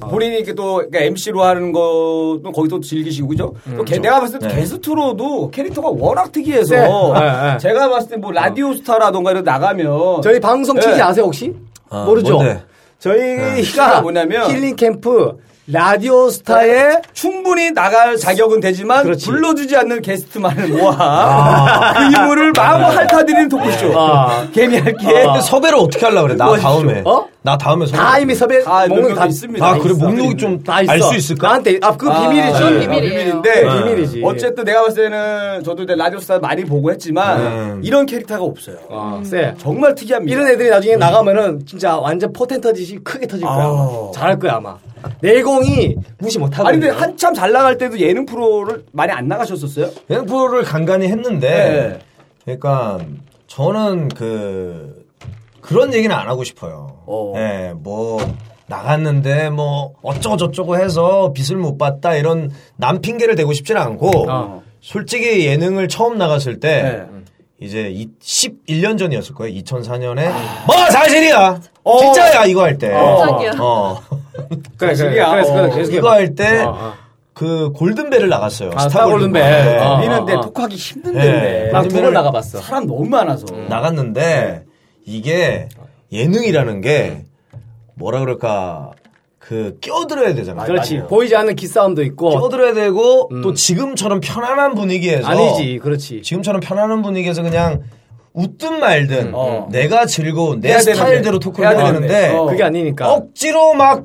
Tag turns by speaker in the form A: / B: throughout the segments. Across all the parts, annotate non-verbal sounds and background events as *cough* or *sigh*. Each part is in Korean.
A: 아. 본인이 이렇게 또 그러니까 MC로 하는 것도 거기서 즐기시고 그죠?
B: 음,
A: 또 게- 내가 봤을 때
C: 네.
A: 게스트로도 캐릭터가 워낙 특이해서
B: 네. 네, 네.
A: 제가 봤을 때 뭐 라디오 스타라던가 이런 데 나가면
B: 저희 방송 취지
A: 네.
B: 아세요 혹시?
C: 아,
B: 모르죠.
C: 뭔데?
B: 저희가
A: 취지가 네. 뭐냐면
B: 힐링 캠프 라디오 스타의
A: 충분히 나갈 자격은 되지만
B: 그렇지.
A: 불러주지 않는
B: *laughs*
A: 게스트만을 모아 그 인물을 마음 핥아드리는 토크쇼
B: 네. 아.
A: 개미 할게
C: 근데 섭외를 어떻게 하려고 그래? 나 다음에.
B: 어?
C: 나 다음에 섭외.
B: 다 이미 섭외
A: 아,
B: 목록
A: 목록이
B: 다 음,
A: 있습니다.
C: 아, 그래?
A: 있어.
C: 목록이 좀
B: 다
C: 알
B: 있어.
C: 수 있을까?
B: 나한테 아그
A: 아,
B: 비밀이지.
A: 네.
D: 비밀이에요.
A: 비밀인데
B: 네. 비밀이지.
A: 어쨌든 내가 봤을 때는 저도 이제 라디오스타 많이 보고 했지만
C: 음.
A: 이런 캐릭터가 없어요.
B: 아, 쎄.
A: 정말 특이합니다.
B: 네. 이런 애들이 나중에
C: 음.
B: 나가면은 진짜 완전 포텐 터지시 크게 터질 거야. 아마.
A: 아우.
B: 잘할 거야 아마. 내공이 무시 못하고.
A: 아니 근데 한참 잘 나갈 때도 예능 프로를 많이 안 나가셨었어요?
C: 앵프를 간간히
A: 네.
C: 했는데, 그러니까 저는 그 그런 얘기는 안 하고 싶어요.
A: 어.
C: 예, 뭐 나갔는데 뭐 어쩌고 저쩌고 해서 빚을 못 봤다 이런 남 핑계를 대고 싶지는 않고,
A: 어.
C: 솔직히 예능을 처음 나갔을 때.
A: 네.
C: 이제 이 11년 전이었을 거예요. 2004년에
B: 아.
C: 뭐 사실이야.
B: 어.
C: 진짜야 이거 할 때.
D: 깜짝이야.
C: 어.
B: 그래 그래.
A: 자식이야.
B: 그래서 그래,
A: 어.
B: 계속
C: 이거 할 때 그
B: 어, 어.
C: 골든벨을 나갔어요.
B: 아, 스타 골든벨.
C: 네.
B: 어.
A: 우리는 내
B: 어.
A: 독하기 힘든데
C: 네.
B: 나두 번
C: 아니면은-
B: 나가봤어.
A: 사람 너무 많아서
C: 음. 나갔는데 이게 예능이라는 게 뭐라 그럴까 그 끼어들어야 되잖아요.
B: 그렇지. 보이지 않는 기싸움도 있고.
C: 끼어들어야 되고 또 지금처럼 편안한 분위기에서
B: 아니지. 그렇지.
C: 지금처럼 편안한 분위기에서 그냥 웃든
B: 음.
C: 말든
A: 어.
C: 내가 즐거운 내
A: 해야 되는데.
C: 스타일대로 토크를
A: 해야
C: 해야 되는데
A: 되는데. 어.
B: 그게 아니니까.
C: 억지로 막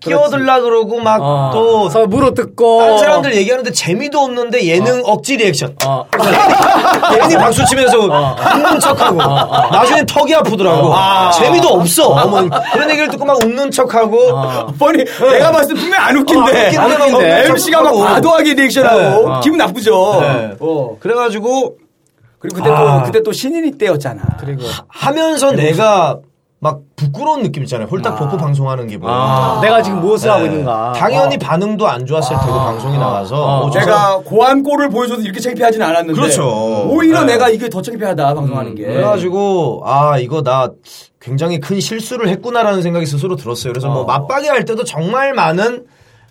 C: 끼어들라 그러고 막 또
B: 아. 서 물어 뜯고.
C: 다른 사람들 얘기하는데 재미도 없는데 예능 억지 리액션
B: 어.
C: *laughs* 괜히 박수 치면서 웃는 척하고 나중엔 턱이 어, 아프더라고 재미도 없어 어. 어머 그런 얘기를 듣고 막 웃는 척하고
A: 뻔히 내가 봤을 때 분명히 안 웃긴데,
C: 안 웃긴데.
A: MC가 막
C: 하고.
A: 과도하게 리액션하고
B: 네.
A: 기분 나쁘죠.
C: 네.
A: 어.
C: 그래가지고
A: 그리고 그때
C: 아.
A: 또 그때 또 신인이 때였잖아.
B: 그리고.
C: 하면서 내가 막 부끄러운 느낌 있잖아요 아. 홀딱 벗고 방송하는 기분
B: 아. 내가 지금 무엇을
C: 네.
B: 하고 있는가.
C: 당연히 반응도 안 좋았을 테고 방송에 나가서 아. 어, 저 사람-
A: 제가 고한 꼴을 보여줘도 이렇게 창피하진 않았는데
C: 그렇죠.
A: 오히려
C: 네.
A: 내가 이게 더 창피하다 방송하는 게
C: 그래가지고 아 이거 나 굉장히 큰 실수를 했구나라는 생각이 스스로 들었어요. 그래서 뭐 맞박이 할 때도 정말 많은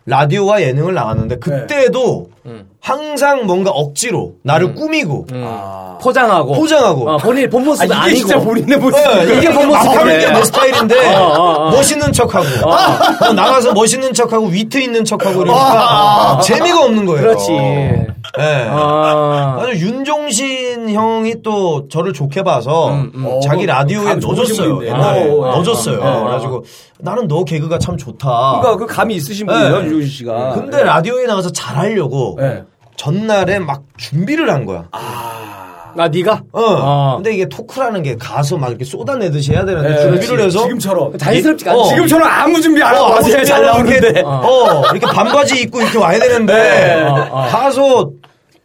C: 라디오와 예능을 나갔는데 그때도
B: 음.
C: 항상 뭔가 억지로 나를 꾸미고
B: 어. 포장하고.
C: 포장하고
B: 어, 본인 본
A: 아,
B: 모습이
A: 이게
B: 아, 니고
A: 진짜 아, 본인의 모습
C: 네, 이게 뭐
B: 그래.
C: 막하는 게내 스타일인데
B: 어, 어, 어.
C: 멋있는 척하고 어, 나가서 멋있는 척하고 위트 있는 척하고 이러니까 재미가 없는 거예요.
B: 그렇지.
C: 네. *laughs*
B: 아.
C: 아주 윤종신 형이 또 저를 좋게 봐서
B: 음,
A: 어,
C: 자기
A: 너
C: 라디오에
A: 감 좋으신
C: 넣어줬어요.
A: 분인데.
C: 옛날에
A: 어, 어, 어.
C: 넣어줬어요.
A: 어, 어.
C: 그래가지고 나는 너 개그가 참 좋다.
A: 그러니까 그 감이 있으신
C: 네.
A: 분이에요 유준 씨가.
C: 근데 라디오에 나가서 잘하려고
A: 네.
C: 전날에 막 준비를 한 거야.
B: 아, 네가?
C: 어.
B: 아.
C: 근데 이게 토크라는 게 가서 막 이렇게 쏟아내듯이 해야 되는데
A: 네,
C: 준비를 해서
A: 지금처럼 예.
B: 자연스럽지가 않지.
C: 어.
A: 지금처럼 아무 준비 안 하고
C: 어,
A: 와서 잘 나오는데
C: 이렇게, 어, 이렇게 반바지 입고 이렇게 와야 되는데 가서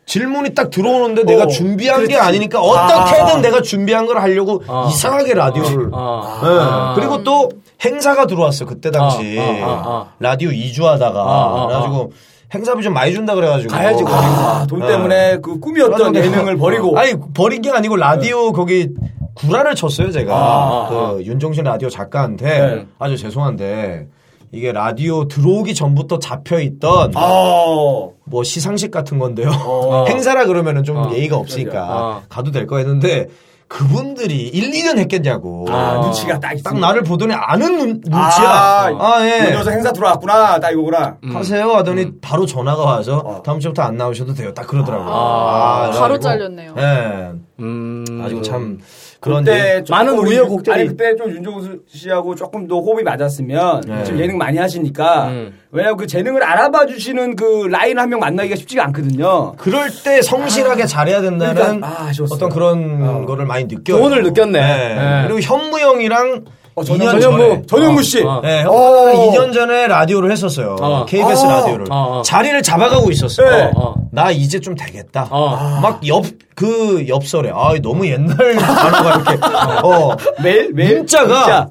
C: 질문이 딱 들어오는데 내가 준비한 게 아니니까 어떻게든 내가 준비한 걸 하려고 이상하게 라디오를
B: 아.
C: 예. 그리고 또 행사가 들어왔어 그때 당시
B: 아, 아, 아, 아.
C: 라디오 2주 하다가
B: 아, 아.
C: 그래가지고 행사비 좀 많이 준다 그래가지고 뭐.
B: 가야지, 거기.
A: 아, 돈 때문에 그 꿈이었던
C: 그러는데
A: 예능을
C: 그-
A: 버리고 네.
C: 아니 버린 게 아니고 라디오 거기 구라를 쳤어요 제가 그 윤종신 라디오 작가한테
A: 아, 네.
C: 아주 죄송한데 이게 라디오 들어오기 전부터 잡혀 있던
A: 아. 어.
C: 뭐 시상식 같은 건데요 *laughs* 행사라 그러면은 좀 예의가 없으니까
B: 아.
C: 가도 될 거 했는데 그분들이 1, 2년 했겠냐고
A: 아, 눈치가 딱 있어.
C: 딱 나를 보더니 아는 눈, 눈치야
A: 아, 음.
C: 아, 예. 음.
A: 여기서 행사 들어왔구나. 딱 이거구나.
C: 하세요 하더니 바로 전화가 와서
A: 어.
C: 다음 주부터 안 나오셔도 돼요 딱 그러더라고요 아,
D: 바로
C: 그래가지고,
D: 잘렸네요.
C: 예.
B: 음.
C: 아주 참 그런 예-
A: 그때 조금
B: 많은
A: 우리-
B: 우여곡절이-
A: 아니 그때 좀 윤종수 씨하고 조금 더 호흡이 맞았으면
C: 네.
A: 지금 예능 많이 하시니까
C: 음.
A: 왜냐면 그 재능을 알아봐 주시는 그 라인 한 명 만나기가 쉽지가 않거든요.
C: 그럴 때 성실하게 잘해야 된다는
A: 아, 그러니까, 아, 아쉬웠어요.
C: 어떤 그런 거를 많이 느껴요.
B: 교훈을 느꼈네.
C: 예.
B: 예.
C: 그리고 현무 형이랑
A: 어, 전-
C: 2년 어, 전에
A: 전현무 전현무 씨.
B: 어.
C: 예, 현무
A: 어.
C: 형이랑 2년 전에 라디오를 했었어요.
B: 어.
C: KBS
A: 어.
C: 라디오를.
B: 어, 어.
C: 자리를 잡아가고 있었어요.
A: 네. 아.
B: 어, 어.
C: 나 이제 좀 되겠다.
B: 어.
C: 막 옆, 그 옆설에. 아, 너무 옛날 단어가 이렇게. 어.
A: 매일 매일
C: 문자가
A: 문자.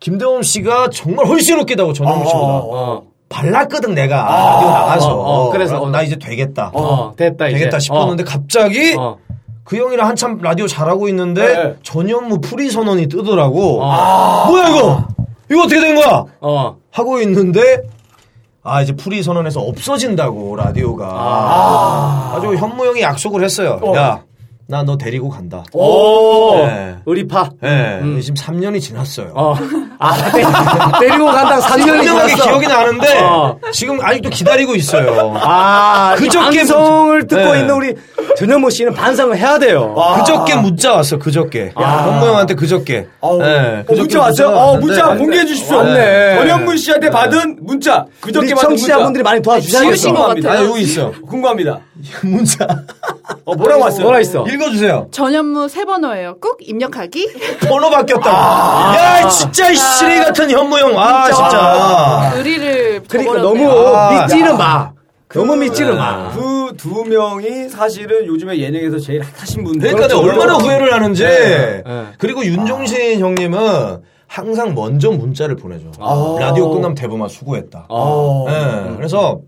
C: 김대범 씨가 정말 훨씬 웃기다고 전현무 씨보다.
B: 어.
C: 발랐거든 내가 라디오 나가서
B: 아, 어, 어, 그래서, 어.
C: 나 이제 되겠다
B: 어, 됐다, 이제.
C: 되겠다 싶었는데 갑자기
B: 어.
C: 그 형이랑 한참 라디오 잘하고 있는데
A: 네.
C: 전현무 프리 아. 선언이 뜨더라고 뭐야 이거 이거 어떻게 된 거야
B: 어.
C: 하고 있는데 아 이제 풀이 선언에서 없어진다고 라디오가 아. 주 현무 형이 약속을 했어요. 야 나 너 데리고 간다.
B: 어. 오
C: 네.
B: 의리파.
C: 예, 지금 3년이 지났어요.
B: 음. 어. 아 때- 때리고 간다. 3년이
C: 선명하게
B: 지났어.
C: 기억이 나는데
B: 어.
C: 지금 아직도 기다리고 있어요.
B: 아,
C: 그저께
B: 그저께 방송을 듣고
C: 네. 아,
B: 있는 우리 전현무 씨는 반성을 해야 돼요.
C: 그저께 문자 왔어. 그저께 현무 형한테 그저께.
A: 아우.
C: 예,
A: 어, 문자 왔죠? 어, 문자 공개해 주십시오.
C: 네.
A: 전현문 씨한테 받은 문자.
B: 우리
A: 그저께 받은 문자.
B: 청취자분들이 많이 도와주시겠어.
D: 지우신 것 같아요.
C: 아 여기 있어요.
A: 궁금합니다.
C: *laughs* 문자
A: 어, 뭐라고 왔어요?
B: 아, 뭐라 있어?
C: 읽어주세요.
D: 전현무 세 번호예요. 꾹 입력하기.
C: 번호 바뀌었다. 야 진짜 이 쓰레기 같은 현무 형. 아 진짜.
D: 의리를
B: 그러니까
D: 저버렸네요.
B: 너무
C: 아.
B: 믿지는 마. 너무 믿지는 마.
A: 아, 그 두 명이 사실은 요즘에 예능에서 제일 핫하신 분들. 그렇죠?
C: 그러니까 내가 얼마나 후회를 하는지.
B: 네.
C: 그리고 윤종신 형님은 항상 먼저 문자를 보내줘. 라디오 끝나면 아. 대범아 수고했다.
B: 어.
C: 예, 그래서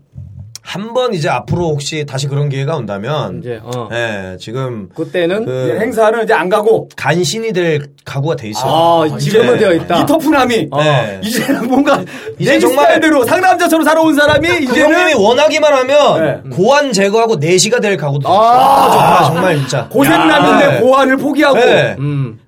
C: 한 번 이제 앞으로 혹시 다시 그런 기회가 온다면
B: 이제, 어.
C: 예, 지금
B: 그때는
C: 그
A: 이제 행사는 이제 안 가고
C: 간신히 될 각오가 돼 있어요.
B: 아, 지금은
C: 이제.
B: 되어 있다.
A: 이 터프남이
C: 네.
A: 이제는 뭔가
C: 이제
A: 내
C: 정말-
A: 스타일대로 상남자처럼 살아온 사람이
C: 그
A: 이제는 네.
C: 형님이 원하기만 하면 고안 제거하고 내시가 될 각오도 돼 있어요. 아, 정말 진짜.
A: 고생남인데
C: 야.
A: 보안을 포기하고
C: 예.
B: 음.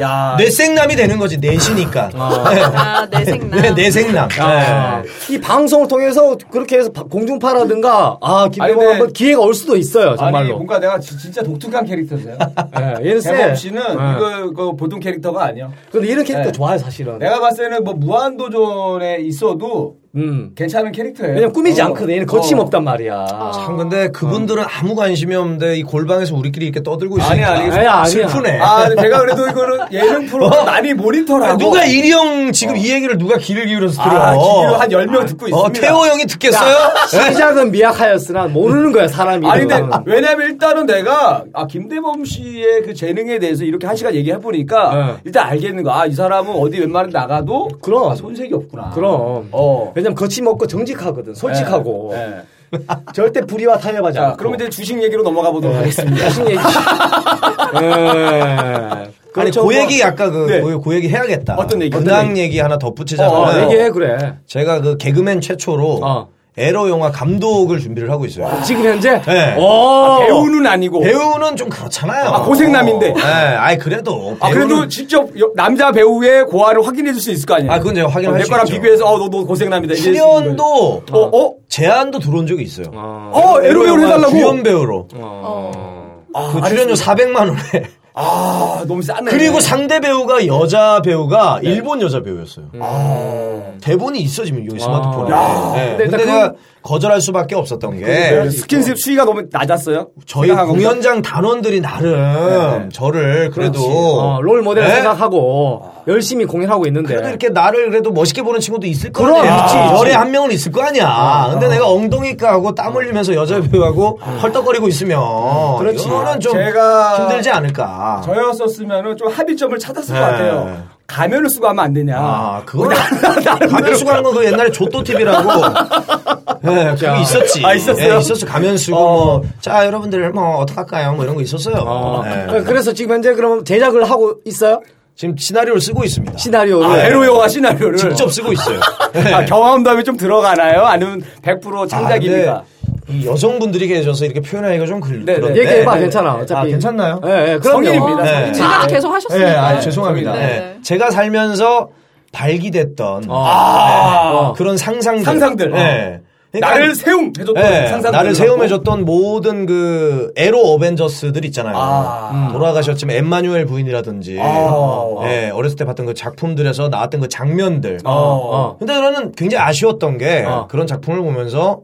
A: 야
C: 뇌생남이 되는 거지 뇌시니까.
D: 아, 내 생남.
C: 네, 뇌생남.
B: 아,
C: 네.
B: 이 방송을 통해서 그렇게 해서 바- 공중파라든가 아
A: 아니,
B: 김대범
A: 근데-
B: 한번 기회가 올 수도 있어요
A: 아니
B: 정말로.
A: 뭔가 내가 지- 진짜 독특한 캐릭터세요. *laughs*
B: 예, 얘는 쎄.
A: 대범 씨는
B: 예.
A: 이거 그 보통 캐릭터가 아니야.
B: 근데 이런 캐릭터
A: 네.
B: 좋아요 사실은.
A: 내가 봤을 때는 뭐 무한도전에 있어도
B: 음.
A: 괜찮은 캐릭터예요.
B: 왜냐면 꾸미지
A: 어.
B: 않거든. 얘는 거침없단 말이야.
C: 참 근데 그분들은 아무 관심이 없는데 이 골방에서 우리끼리 이렇게 떠들고
A: 아니야,
C: 있으니까
A: 아니야.
B: 아니야, 아니야.
C: 슬프네.
A: 아, 근데 제가 그래도 이거는 예능 프로
B: 어.
A: 많이 모니터를
B: 아,
A: 하고
C: 누가 이리 형 지금 이 얘기를 누가 귀를 기울여서 들어?
A: 어. 아, 기로 한 10명 듣고
C: 어,
A: 있습니다.
C: 태호 형이 듣겠어요?
B: 시작은 미약하였으나 모르는 거야 사람이.
A: 아니 근데
B: 이런 거는.
A: 왜냐면 일단은 내가 아 김대범 씨의 그 재능에 대해서 이렇게 한 시간 얘기해 보니까
B: 네.
A: 일단 알겠는 거. 아 이 사람은 어디 웬만한 나가도
B: 그럼.
A: 아, 손색이 없구나.
B: 그럼.
A: 어.
B: 왜냐면 거침없고 정직하거든. 솔직하고.
A: 네, 네.
B: 절대 불의와 타협하지
A: 자 뭐. 네.
B: 않고.
A: 그럼 이제 주식 얘기로 넘어가 보도록 하겠습니다. *laughs*
B: 자신 얘기. 예.
C: 아니,
B: 그렇죠,
C: 그
B: 뭐.
C: 얘기 아까 그,
A: 네.
C: 그, 그 얘기 해야겠다.
A: 어떤 얘기?
C: 근황
A: 어떤
C: 얘기 하나 덧붙이자면.
A: 어, 어,
B: 얘기해 그래.
C: 제가 그 개그맨 최초로
B: 어.
C: 에러 영화 감독을 준비를 하고 있어요.
B: 지금 현재.
C: 네.
B: 오.
A: 아, 배우는 아니고.
C: 배우는 좀 그렇잖아요.
A: 어. 아, 고생남인데.
C: 네, 아이, 그래도.
A: 아 그래도
C: 배우는-
A: 직접 여- 남자 배우의 고아를 확인해 줄 수 있을 거 아니에요.
C: 아, 그건 제가 확인할
A: 내
C: 수
A: 거랑
C: 있죠.
A: 비교해서 어너 너 고생남이다. 이럴 수 있는 거예요.
C: 출연도,
A: 어, 어?
C: 제안도 들어온 적이 있어요.
A: 어, 에로 배우를 해달라고?
C: 주연 배우로. 그 출연료 400만원에.
A: 아, 너무 싸네.
C: 그리고 상대 배우가 여자 배우가
B: 네.
C: 일본 여자 배우였어요. 대본이 있어 지금 이 스마트폰에.
B: 야. 음.
C: 네.
B: 아. 근데
C: 근데,
B: 일단 네.
C: 내가 거절할 수밖에 없었던 게
A: 스킨십 수위가 너무 낮았어요.
C: 저희
A: 생각한 것보다?
C: 공연장 단원들이 나름 저를 그래도
B: 네. 어, 롤 모델을
C: 네?
B: 생각하고
A: 아.
B: 열심히 공연하고 있는데.
C: 그래도
A: 그러니까
C: 이렇게 나를 그래도 멋있게 보는 친구도 있을 거
B: 그럼,
C: 아니야.
B: 있지, 있지. 어,
C: 열에 한 명은 있을 거 아니야. 근데 내가 엉덩이가하고 땀 흘리면서 여자 배우하고 헐떡거리고 있으면
B: 그렇지.
C: 이거는 좀
A: 제가
C: 힘들지 않을까.
A: 저였었으면 좀 합의점을 찾았을
C: 네.
A: 것 같아요. 가면을 쓰고 하면 안 되냐.
C: 아, 그건 가면수가 하는 거그 옛날에 조또 TV라고. 네, 그거 있었지.
A: 아, 있었어요?
C: 예, 있었어. 가면수고 뭐, 자, 여러분들 뭐, 어떡할까요? 뭐 이런 거 있었어요.
B: 어.
C: 예.
B: 어, 그래서 지금 현재 그럼 제작을 하고 있어요?
C: 지금 시나리오를 쓰고 있습니다.
B: 시나리오를.
A: 아, 에로 영화 시나리오를
C: 직접 쓰고 있어요. 예.
A: 아, 경험담이 좀 들어가나요? 아니면 네. 100% 창작입니까?
C: 아, 근데 이 여성분들이 계셔서 이렇게 표현하기가 좀 글,
A: 네, 네.
C: 그런데.
B: 얘기해봐
A: 네, 네,
B: 괜찮아.
A: 네.
B: 어차피.
C: 아, 괜찮나요?
B: 예, 예, 그럼요.
A: 성인입니다.
C: 네.
A: 성인.
D: 제가 아, 계속
C: 예,
D: 하셨으니까.
C: 아, 죄송합니다.
D: 네.
C: 예. 제가 살면서 발기됐던
A: 아,
B: 어.
C: 그런 상상들.
A: 상상들.
C: 예. 그러니까
A: 나를 세움 해줬던
C: 예,
A: 네, 상상들.
C: 나를 세움해줬던 모든 그 에로 어벤져스들 있잖아요.
A: 아.
C: 음. 돌아가셨지만 엠마뉴엘 부인이라든지
A: 아.
C: 예, 어렸을 때 봤던 그 작품들에서 나왔던 그 장면들.
A: 어.
C: 근데 저는 굉장히 아쉬웠던 게
B: 어.
C: 그런 작품을 보면서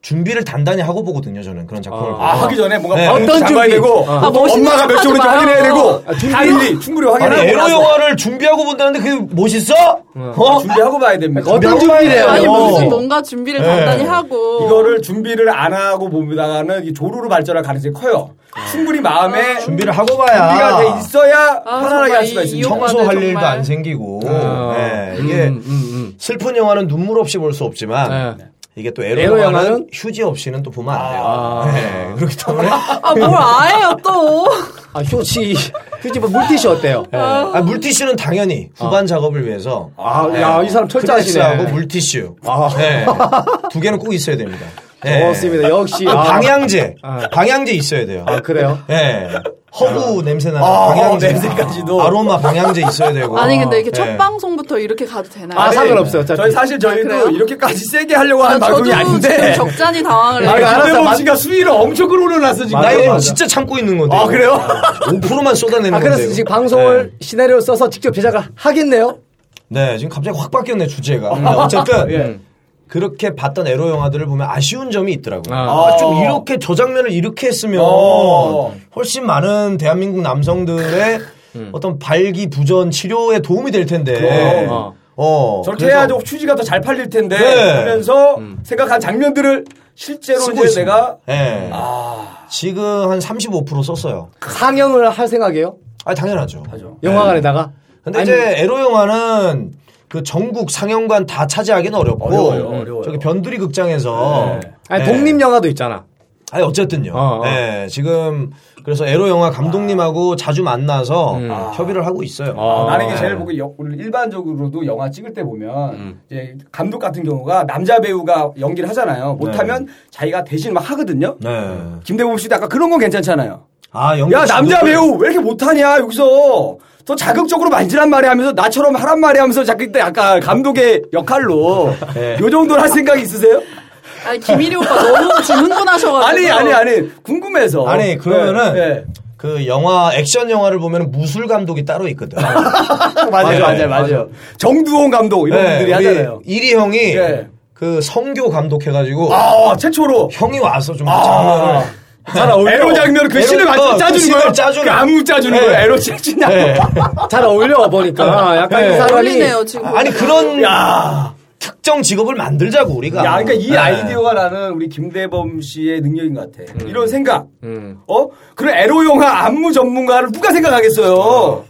C: 준비를 단단히 하고 보거든요. 저는 그런 작품을 보고.
A: 아, 하기 전에 뭔가
C: 네.
A: 방금
B: 어떤
A: 잠가야
B: 준비?
A: 되고
B: 어.
D: 아, 멋있는
A: 엄마가 몇
D: 척하지
A: 시오는지
D: 마요.
A: 확인해야 되고
B: 아, 준비요?
A: 다 일일이 충분히
C: 아니
A: 확인하고
C: 에로
A: 나서
C: 영화를 준비하고 본다는데 그게 멋있어? 어?
A: 준비하고 봐야 됩니다.
B: 어떤 준비래요?
D: 아니,
C: 어.
D: 무슨 뭔가 준비를 단단히 하고.
A: 이거를 준비를 안 하고 보다가는 이 조루로 발전할 가능성이 커요. 충분히 마음에
C: 준비를 하고
A: 준비가 돼
C: 봐야
A: 있어야
D: 아,
A: 편안하게
D: 정말
A: 할 수가
D: 이
A: 있습니다.
D: 영화-
C: 청소할
D: 정말.
C: 일도 안 생기고
B: 어.
C: 예, 이게
B: 음, 음, 음.
C: 슬픈 영화는 눈물 없이 볼 수 없지만
B: 네.
C: 이게 또
B: 에로
C: 에로
B: 영화는
C: 영화는 휴지 없이는 또 보면 안 돼요. 네, 그렇기 때문에
D: 아, 뭘 아예요, 또.
B: 아, 효지. 효지 뭐 물티슈 어때요?
C: 네. 아, 물티슈는 당연히 후반 작업을 위해서
B: 어. 아, 야, 이 사람
C: 하고
B: 철저하시네.
C: 물티슈
B: *laughs*
C: 네. 두 개는 꼭 있어야 됩니다. 네.
B: 좋습니다. 역시.
C: 또
B: 아,
C: 방향제 방향제 있어야 돼요.
B: 아, 그래요?
C: 예. 허브 냄새 나는
A: 아,
C: 방향제.
A: 허브 냄새까지도.
C: 아로마 방향제 있어야 되고.
D: 아니, 근데 이게 첫
C: 예.
D: 방송부터 이렇게 가도 되나요?
B: 아,
A: 아니,
B: 상관없어요. 어차피.
A: 네. 저희 사실 저희도
D: 그래요?
A: 이렇게까지 세게 하려고
D: 아,
A: 하는
D: 저도
A: 방송이
D: 지금
A: 아닌데.
D: 적잖이 당황을
A: 아,
D: 해요.
B: 알았어,
A: 김대범
B: 맞-
A: 씨가 수위를 엄청 끌어올려놨어 지금.
C: 나
B: 맞아,
C: 이거
B: 맞아.
C: 진짜 참고 있는 건데.
A: 아 그래요?
C: 5%만 쏟아내는 네.
B: 아, 그래서
C: 건데.
B: 지금 방송을 시나리오 써서 직접 제작을 하겠네요?
C: 네, 지금 갑자기 확 바뀌었네 주제가. 근데 어쨌든
A: 아. *laughs* 예.
C: 그렇게 봤던 에로 영화들을 보면 아쉬운 점이 있더라고요.
A: 아.
C: 아, 좀 이렇게 저 장면을 이렇게 했으면
A: 어.
C: 훨씬 많은 대한민국 남성들의 어떤 발기부전 치료에 도움이 될 텐데.
A: 음. 그럼.
C: 어.
A: 저렇게
C: 그래서
A: 해야지 휴지가 더 잘 팔릴 텐데
C: 네.
A: 하면서 생각한 장면들을 실제로
C: 쓰고
A: 이제
C: 있습니다.
A: 내가
C: 예.
A: 아.
C: 지금 한 35% 썼어요.
B: 상영을 할 생각이에요?
C: 아 당연하죠.
B: 영화관에다가?
C: 근데
B: 아니면-
C: 이제 에로 영화는 그 전국 상영관 다 차지하기는 어렵고
A: 어려워요, 어려워요. 네.
C: 저기 변두리 극장에서
B: 아니,
C: 예.
B: 독립 영화도 있잖아.
C: 아니 어쨌든요.
B: 어, 어.
C: 예, 지금 그래서 에로 영화 감독님하고 자주 만나서
A: 음.
C: 아, 협의를 하고 있어요.
A: 어, 나는 이게
C: 예.
A: 제일 보기 역- 일반적으로도 영화 찍을 때 보면
C: 음.
A: 이제 감독 같은 경우가 남자 배우가 연기를 하잖아요. 못하면 자기가 대신 막 하거든요.
C: 네.
A: 김대범 씨도 아까 그런 건 괜찮잖아요.
C: 아, 연극
A: 야 남자
C: 감독.
A: 배우 왜 이렇게 못하냐 여기서 더 자극적으로 만지란 말이 하면서 나처럼 하란 말이 하면서 자꾸 그때 아까 감독의 역할로
C: *laughs* 네.
A: 요 정도로 할 생각 있으세요?
D: 아니, 김일이 오빠 너무 지금 흥분하셔가지고.
A: 아니 아니 아니 궁금해서
C: 아니 그러면은
A: 네, 네.
C: 그 영화 액션 영화를 보면 무술 감독이 따로 있거든.
A: 아, 맞아요 네.
C: 맞아요,
A: 맞아요 맞아요 정두홍 감독 이런
C: 네,
A: 분들이
C: 우리
A: 하잖아요.
C: 이리 형이
A: 네.
C: 그 성교 감독해가지고
A: 아 최초로
C: 형이 와서 좀 장면을
A: 잘 어울려. 에로 장면 그
C: 에로,
A: 씬을
C: 어,
A: 맞춰
C: 그
A: 짜주는 거야.
C: 씬을 짜주는
A: 그 안무 짜주는
C: 네.
A: 거야. 에로 짜주냐.
C: 네.
B: 잘 어울려 보니까 약간
C: 네.
B: 이 사람이
D: 어울리네요, 아, 지금.
C: 아니 그런
A: 야.
C: 특정 직업을 만들자고 우리가.
A: 야, 그러니까 이
C: 네.
A: 아이디어가 나는 우리 김대범 씨의 능력인 것 같아.
C: 음.
A: 이런 생각. 어? 그런 에로 영화 안무 전문가를 누가 생각하겠어요?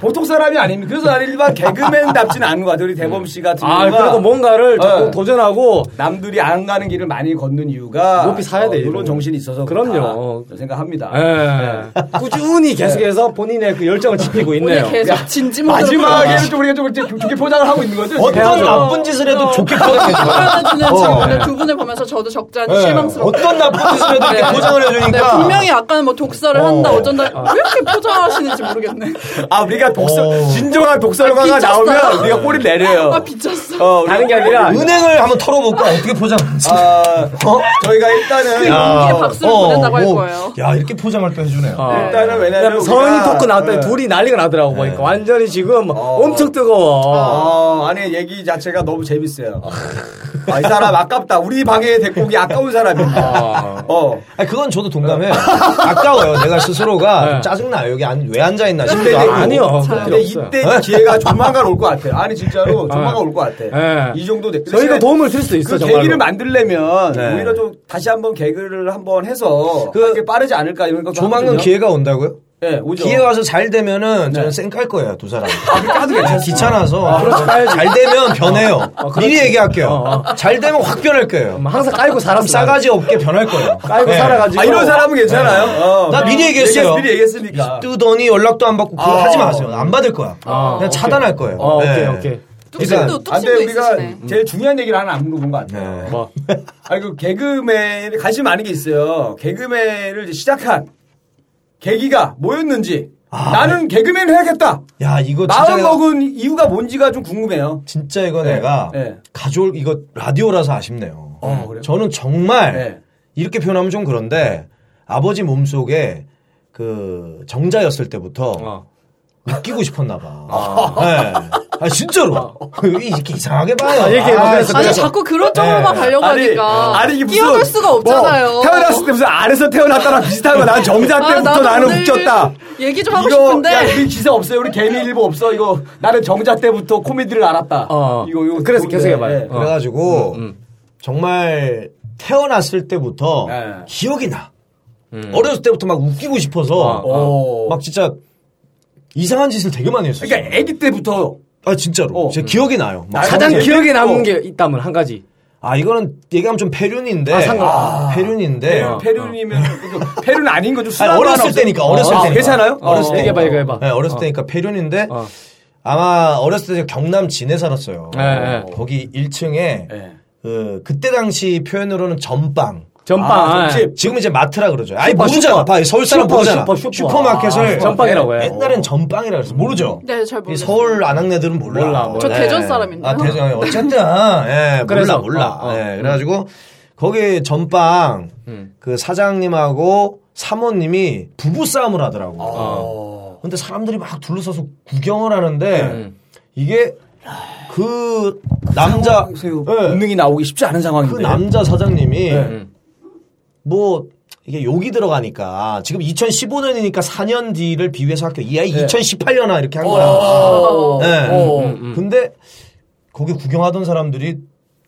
A: 보통 사람이 아닙니다. 그래서 나는 일반 개그맨답지는 않은 것 같아. 우리 대범 씨
C: 음.
A: 같은
B: 아,
A: 경우가
B: 그래도 뭔가를 자꾸
A: 네.
B: 도전하고
A: 남들이 안 가는 길을 많이 걷는 이유가
B: 높이 사야 돼,
A: 이런
B: 이런
A: 정신이 있어서
B: 그럼요.
A: 그렇다. 생각합니다.
C: 네.
B: 예. 꾸준히 계속해서 본인의 그 열정을 지키고 있네요.
D: 오늘 계속 진지 모드로
A: 마지막에는 아, 좀 우리가 좀 이렇게 좋게 포장을 하고 있는 거죠. 어. 지금?
C: 어떤 나쁜 짓을 해도 좋게
A: *laughs*
C: 포장해줘.
D: 돌아다니는 지금 오늘 두 분을 보면서 저도 적잖이 실망스럽고
C: 어떤 나쁜 짓을 해도 이렇게
D: 네.
C: 포장을
D: 네,
C: 해주니까.
D: 분명히 아까는 뭐 독서를 한다 어쩐다 왜 이렇게 포장하시는지 모르겠네
A: 아 우리가 독설
C: 오.
A: 진정한 독설가가
D: 미쳤어요.
A: 나오면 우리가 꼬리 내려요.
D: 아 비쳤어
A: 어, 우리가
B: 그러니까 다른 게 아니라
C: 은행을 한번 털어볼까? 어떻게 포장하지?
A: 아, 저희가 일단은
D: 그
C: 아,
A: 아,
D: 연기에
C: 어,
D: 박수를 보낸다고
C: 뭐.
D: 할 거예요.
C: 야, 이렇게 포장을 또 해주네요.
A: 일단은 왜냐면
B: 성인 어. 토크 나왔더니
A: 네.
B: 둘이 난리가 나더라고 보니까 완전히 지금 엄청 뜨거워.
A: 어, 아니 얘기 자체가 너무 재밌어요. 아, 이 사람 아깝다. 우리 방에 데리고 오기 아까운 사람이야. 어.
C: 아, 그건 저도 동감해요. 아까워요. 내가
B: *laughs*
C: 스스로가 좀 짜증나요. 여기 안, 왜 앉아있나 싶기도
A: 근데
C: 하고.
B: 네. 아니요. 그럴 필요
A: 근데
B: 없어요.
A: 이때 기회가 조만간 올 것 같아요. 아니 진짜로 조만간 올 것 같아.
B: 네.
A: 이 정도 돼.
B: 저희가 도움을 드릴 수도 있어
A: 그
B: 정말로.
A: 계기를 만들려면
C: 네.
A: 오히려 좀 다시 한번 개그를 한번 해서
C: 그-
A: 그게 빠르지 않을까 이런 거
C: 조만간 기회가 온다고요?
A: 예, 오죠.
C: 기회가 와서 잘 되면은
A: 네.
C: 저는 쌩깔 거예요, 두 사람.
A: 까도 괜찮아.
C: 귀찮아서 잘 되면
B: 아,
C: 변해요. 미리 얘기할게요.
B: 어,
C: 잘 되면 확 변할 거예요.
B: 음, 항상 깔고 사람
C: 싸가지 없게 변할 거예요.
B: 깔고
C: 네.
B: 살아가지고.
A: 아, 이런 사람은 괜찮아요. 어.
C: 나 미리 얘기했어요.
A: 얘기했, 미리 얘기했으니까.
C: 뜨더니 연락도 안 받고 그거
A: 아.
C: 하지 마세요. 안 받을 거야.
B: 아,
C: 그냥
B: 오케이.
C: 차단할 거예요.
B: 어,
C: 네.
B: 오케이 오케이.
D: 뚝심도
A: 안 돼,
D: 뚝심도
A: 우리가
D: 있으시네
A: 음. 제일 중요한 얘기를 하나 안 물어본 것 같아요.
C: 네.
B: 뭐
A: *laughs* 아니, 그 개그맨, 관심 많은 게 있어요. 개그맨을 이제 시작한 계기가 뭐였는지.
C: 아.
A: 나는 네. 개그맨을 해야겠다.
C: 야 이거 진짜
A: 마음
C: 내가,
A: 먹은 이유가 뭔지가 좀 궁금해요.
C: 진짜 이거
A: 네,
C: 내가
A: 네.
C: 가져올 이거 라디오라서 아쉽네요.
A: 어, 그래요?
C: 저는 정말
A: 네.
C: 이렇게 표현하면 좀 그런데 아버지 몸 속에 그 정자였을 때부터
B: 어.
C: 웃기고 싶었나 봐. 네. 아 진짜로 이렇게 이상하게 봐요.
B: 아, 얘기해 봐.
C: 아,
B: 그래서
D: 아니
C: 진짜.
D: 자꾸 그런 쪽으로만
C: 네.
D: 가려고 하니까
A: 아니, 이게 무슨.
D: 끼어들 수가 없잖아요
A: 뭐, 태어났을 때 무슨 알에서 태어났다랑 비슷한 거야. 난 정자
D: 아,
A: 때부터
D: 나도
A: 나는
D: 오늘
A: 웃겼다.
D: 얘기 좀 하고
A: 이거,
D: 싶은데
A: 야, 우리 기사 없어요. 우리 개미일보 없어. 이거 나는 정자 때부터 코미디를 알았다.
B: 어.
A: 이거 이거
B: 그래서
A: 좋은데.
B: 계속해봐요.
A: 예.
B: 어.
C: 그래가지고 정말 태어났을 때부터
A: 네.
C: 기억이 나. 어렸을 때부터 막 웃기고 싶어서
A: 어.
C: 막 진짜 이상한 짓을 되게 많이 했어요.
A: 그러니까 아기 때부터
C: 아 진짜로.
A: 어.
C: 제 기억이 나요. 막
A: 나-
B: 아, 가장
A: 어,
B: 기억에
A: 어.
B: 남는 게 있다면 한 가지.
C: 아 이거는 얘기하면 좀 폐륜인데
B: 아, 네. 상관없어.
C: 폐륜인데
A: 페륜, 페륜이면 페륜 아닌 거죠.
C: 아니, 어렸을 때니까, 어렸을 때니까.
A: 괜찮아요? 예.
B: 어, 어렸을 때. 얘기해봐, 얘기해봐.
C: 네, 어렸을 때니까 폐륜인데
B: 어.
C: 아마 어렸을 때 경남 진해 살았어요.
B: 네, 네.
C: 거기 1층에
A: 네.
C: 그 그때 당시 표현으로는 전빵.
B: 전빵.
A: 아, 점집.
C: 지금 이제 마트라 그러죠. 아니
B: 슈퍼,
C: 모르잖아.
B: 슈퍼.
C: 봐, 서울 사람
B: 슈퍼,
C: 모르잖아.
B: 슈퍼, 슈퍼.
C: 마켓을
B: 아, 전빵이라고 해요.
C: 옛날엔 전빵이라 그래서 모르죠.
D: 네, 잘
C: 이
D: 모르겠어요.
C: 서울 안학내들은 몰라.
B: 몰라,
C: 어,
B: 저
D: 대전 사람인데요.
C: 아 대전 어쨌든 예,
B: 그래서,
C: 몰라 몰라.
B: 어, 어.
C: 예, 그래가지고 거기 전빵
B: 음.
C: 그 사장님하고 사모님이 부부 싸움을 하더라고.
B: 아.
C: 근데 사람들이 막 둘러서서 구경을 하는데
B: 음.
C: 이게 그 남자
A: 보세요.
C: 예.
A: 본능이 나오기 쉽지 않은
C: 그
A: 상황인데. 네.
C: 남자 사장님이 뭐 이게 욕이 들어가니까 지금 2015년이니까 4년 뒤를 비교해서 할게요. 이 아이 2018년아 이렇게 한 거야.
A: 네. 어.
C: 네.
A: 어.
C: 근데 거기 구경하던 사람들이